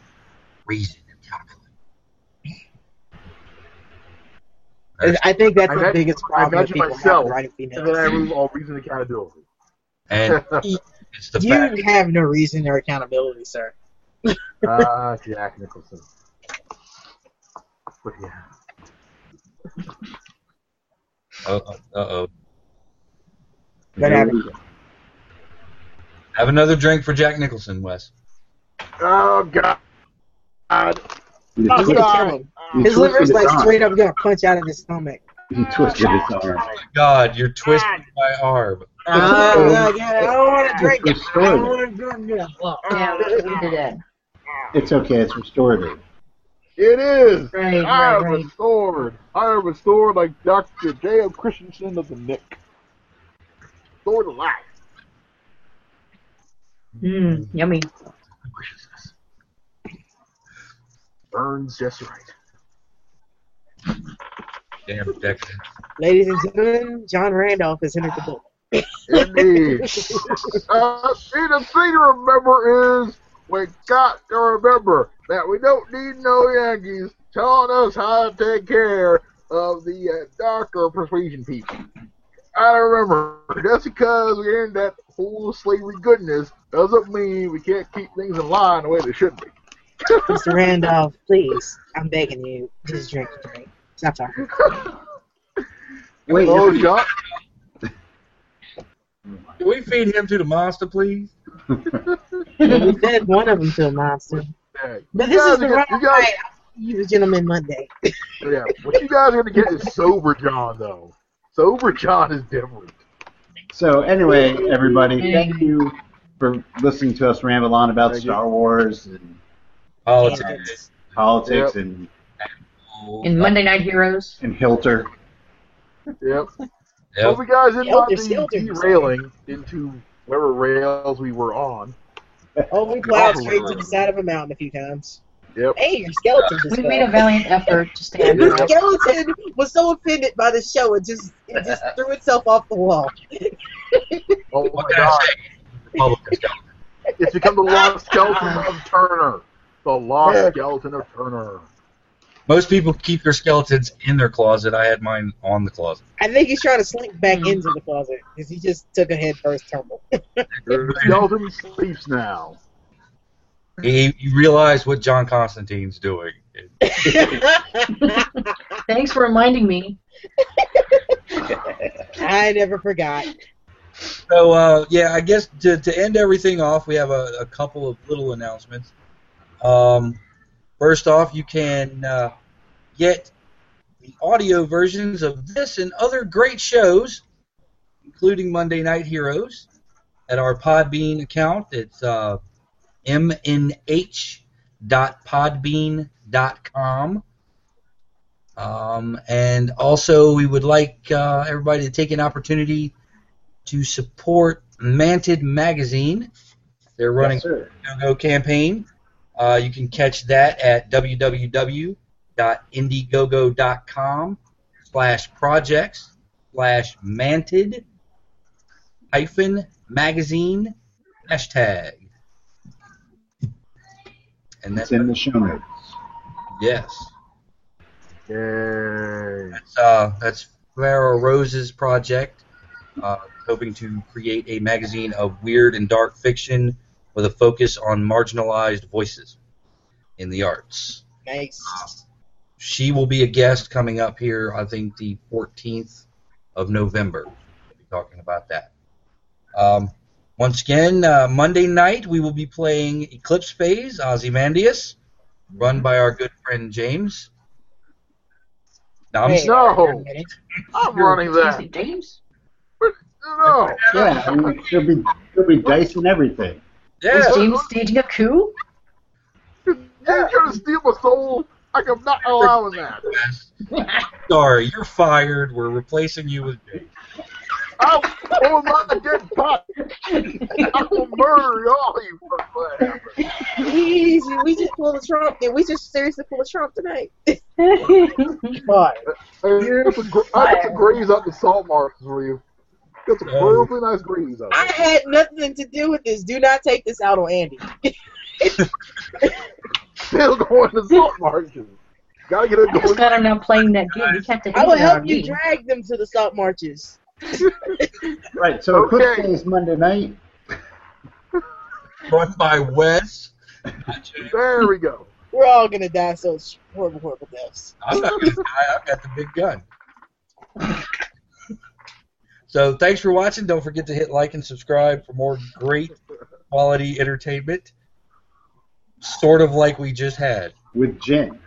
C: reason and calculation.
D: I- I think that's
E: I
D: the
E: imagine-
D: biggest problem
E: I
D: that
E: imagine
D: people have
E: myself,
D: with writing
E: And then I
D: females.
E: remove all reason and accountability.
C: And it's the fact.
D: You have no reason or accountability, sir.
E: Ah, Jack Nicholson. But yeah.
C: Uh oh.
D: That happened.
C: Have another drink for Jack Nicholson, Wes.
E: Oh God. God.
A: You
D: I'm
A: just
D: gonna
A: put-
D: kill him.
A: He
D: His
A: twisted
D: liver's like
A: arm.
D: straight up gonna punch out of his stomach.
A: He twisted his arm.
C: God, you're twisting my arm.
D: Oh, my God, I don't want to drink it. I
A: restorative.
D: don't want to drink it. Uh,
B: Oh, Yeah, we should do that.
A: It's okay. It's restorative.
E: It is.
B: Right,
E: I
B: right,
E: am
B: right.
E: restored. I am restored like Dr. J.M. Christensen of the Nick. Restored alive.
B: Mm, yummy.
E: Deliciousness. Burns just right.
C: Damn Dexter.
D: Ladies and gentlemen, John Randolph has entered the book.
E: Indeed. uh, see, the thing to remember is we got to remember that we don't need no Yankees telling us how to take care of the uh, darker persuasion people. I remember just because we're in that whole slavery goodness doesn't mean we can't keep things in line the way they should be.
D: Mr. Randolph, please, I'm begging you, just drink the drink. Stop talking.
A: Wait,
E: oh,
A: isn't-
E: John,
C: Can we feed him to the monster, please?
D: we fed one of them to a monster.
E: hey,
D: But
E: you
D: this is
E: guys
D: the
E: are gonna-
D: right
E: you guys-
D: night. You gentlemen Monday.
E: Yeah, what you guys are gonna get is sober John though. Sober John is different.
A: So anyway, everybody, thank you for listening to us ramble on about
E: Thank you.
A: Star Wars and
C: Politics.
A: politics and,
C: Oh,
B: In Monday Night Heroes.
A: and Hilter.
E: Yep.
C: Yep.
E: Well, we guys didn't
D: Yeah,
E: want
D: there's
E: the
D: children.
E: derailing into whatever rails we were on.
D: Oh, we plowed straight to the side of a mountain a few times.
E: Yep.
D: Hey, your skeleton just
B: We
D: fell.
B: made a valiant effort to stand
D: The
B: up.
D: skeleton was so offended by the show, it just it just threw itself off the wall.
E: Oh my
C: What can I
E: god.
C: say? Republicans got
E: It's become the lost skeleton of Turner. The lost
D: Yeah.
E: skeleton of Turner.
C: Most people keep their skeletons in their closet. I had mine on the closet.
D: I think he's trying to slink
B: Hmm.
D: back into the closet because he just took a head first tumble.
E: The skeleton sleeps now.
C: He, you realize what John Constantine's doing.
B: Thanks for reminding me.
D: I never forgot.
C: So, uh, yeah, I guess to, to end everything off, we have a, a couple of little announcements. Um, first off, you can uh, get the audio versions of this and other great shows, including Monday Night Heroes, at our Podbean account. It's uh, mnh.podbean.com. Um, and also, we would like uh, everybody to take an opportunity to support Manted Magazine. They're running
A: Yes, sir.
C: a Go campaign. Uh, you can catch that at www.indiegogo.com slash projects slash manted hyphen magazine hashtag. And
A: It's
C: that's
A: in the show notes.
C: yes.
E: Yay.
C: That's uh, that's Farrah Rose's project, uh, hoping to create a magazine of weird and dark fiction with a focus on marginalized voices in the arts.
D: Nice.
C: She will be a guest coming up here, I think, the 14th of November. We'll be talking about that. Um, once again, uh, Monday night we will be playing Eclipse Phase, Ozymandias, run by our good friend James. Now, I'm
D: Hey,
E: No.
D: wait a minute.
E: I'm running that.
B: James?
E: No.
A: Yeah, I mean, she'll be she'll be dicing everything.
C: Yeah.
B: Is James staging a coup?
E: You're trying to steal my soul. I am not allowing that.
C: Sorry, you're fired. We're replacing you with Jake.
E: I'll hold my dead pot. I will murder all you for what happened.
D: Jeez, we just pulled a Trump. Did we just seriously pull a Trump tonight? Boy,
E: Hey, That's a gr- I got some grays out the salt marshes for you. Got some
C: Yeah.
E: really nice grays out
D: I
E: there.
D: had nothing to do with this. Do not take this out on Andy.
E: Still going to salt marshes. Gotta get it
B: I just
E: going.
B: got him now playing that game. He kept it
D: I will
B: hanging
D: help
B: on
D: you
B: me.
D: drag them to the salt marches.
A: Right. So
E: Okay.
A: Eclipse Day is Monday night.
C: Run by Wes.
E: There we go.
D: We're all gonna die so it's horrible, horrible deaths.
C: I'm not gonna die. I've got the big gun. So thanks for watching. Don't forget to hit like and subscribe for more great quality entertainment. Sort of like we just had.
A: with Jen.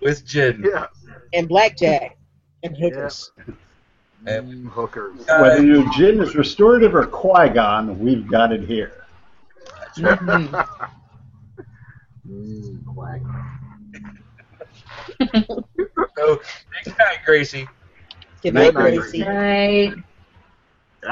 C: with gin.
E: Yeah.
D: and blackjack and hookers.
E: Mm,
C: And
E: hookers.
C: Uh,
A: Whether your gin is restorative or Qui Gon, we've got it here.
E: Mm, black.
C: so, next time, Gracie.
D: Good
E: Good
D: night,
E: night.
D: Gracie.
B: Right.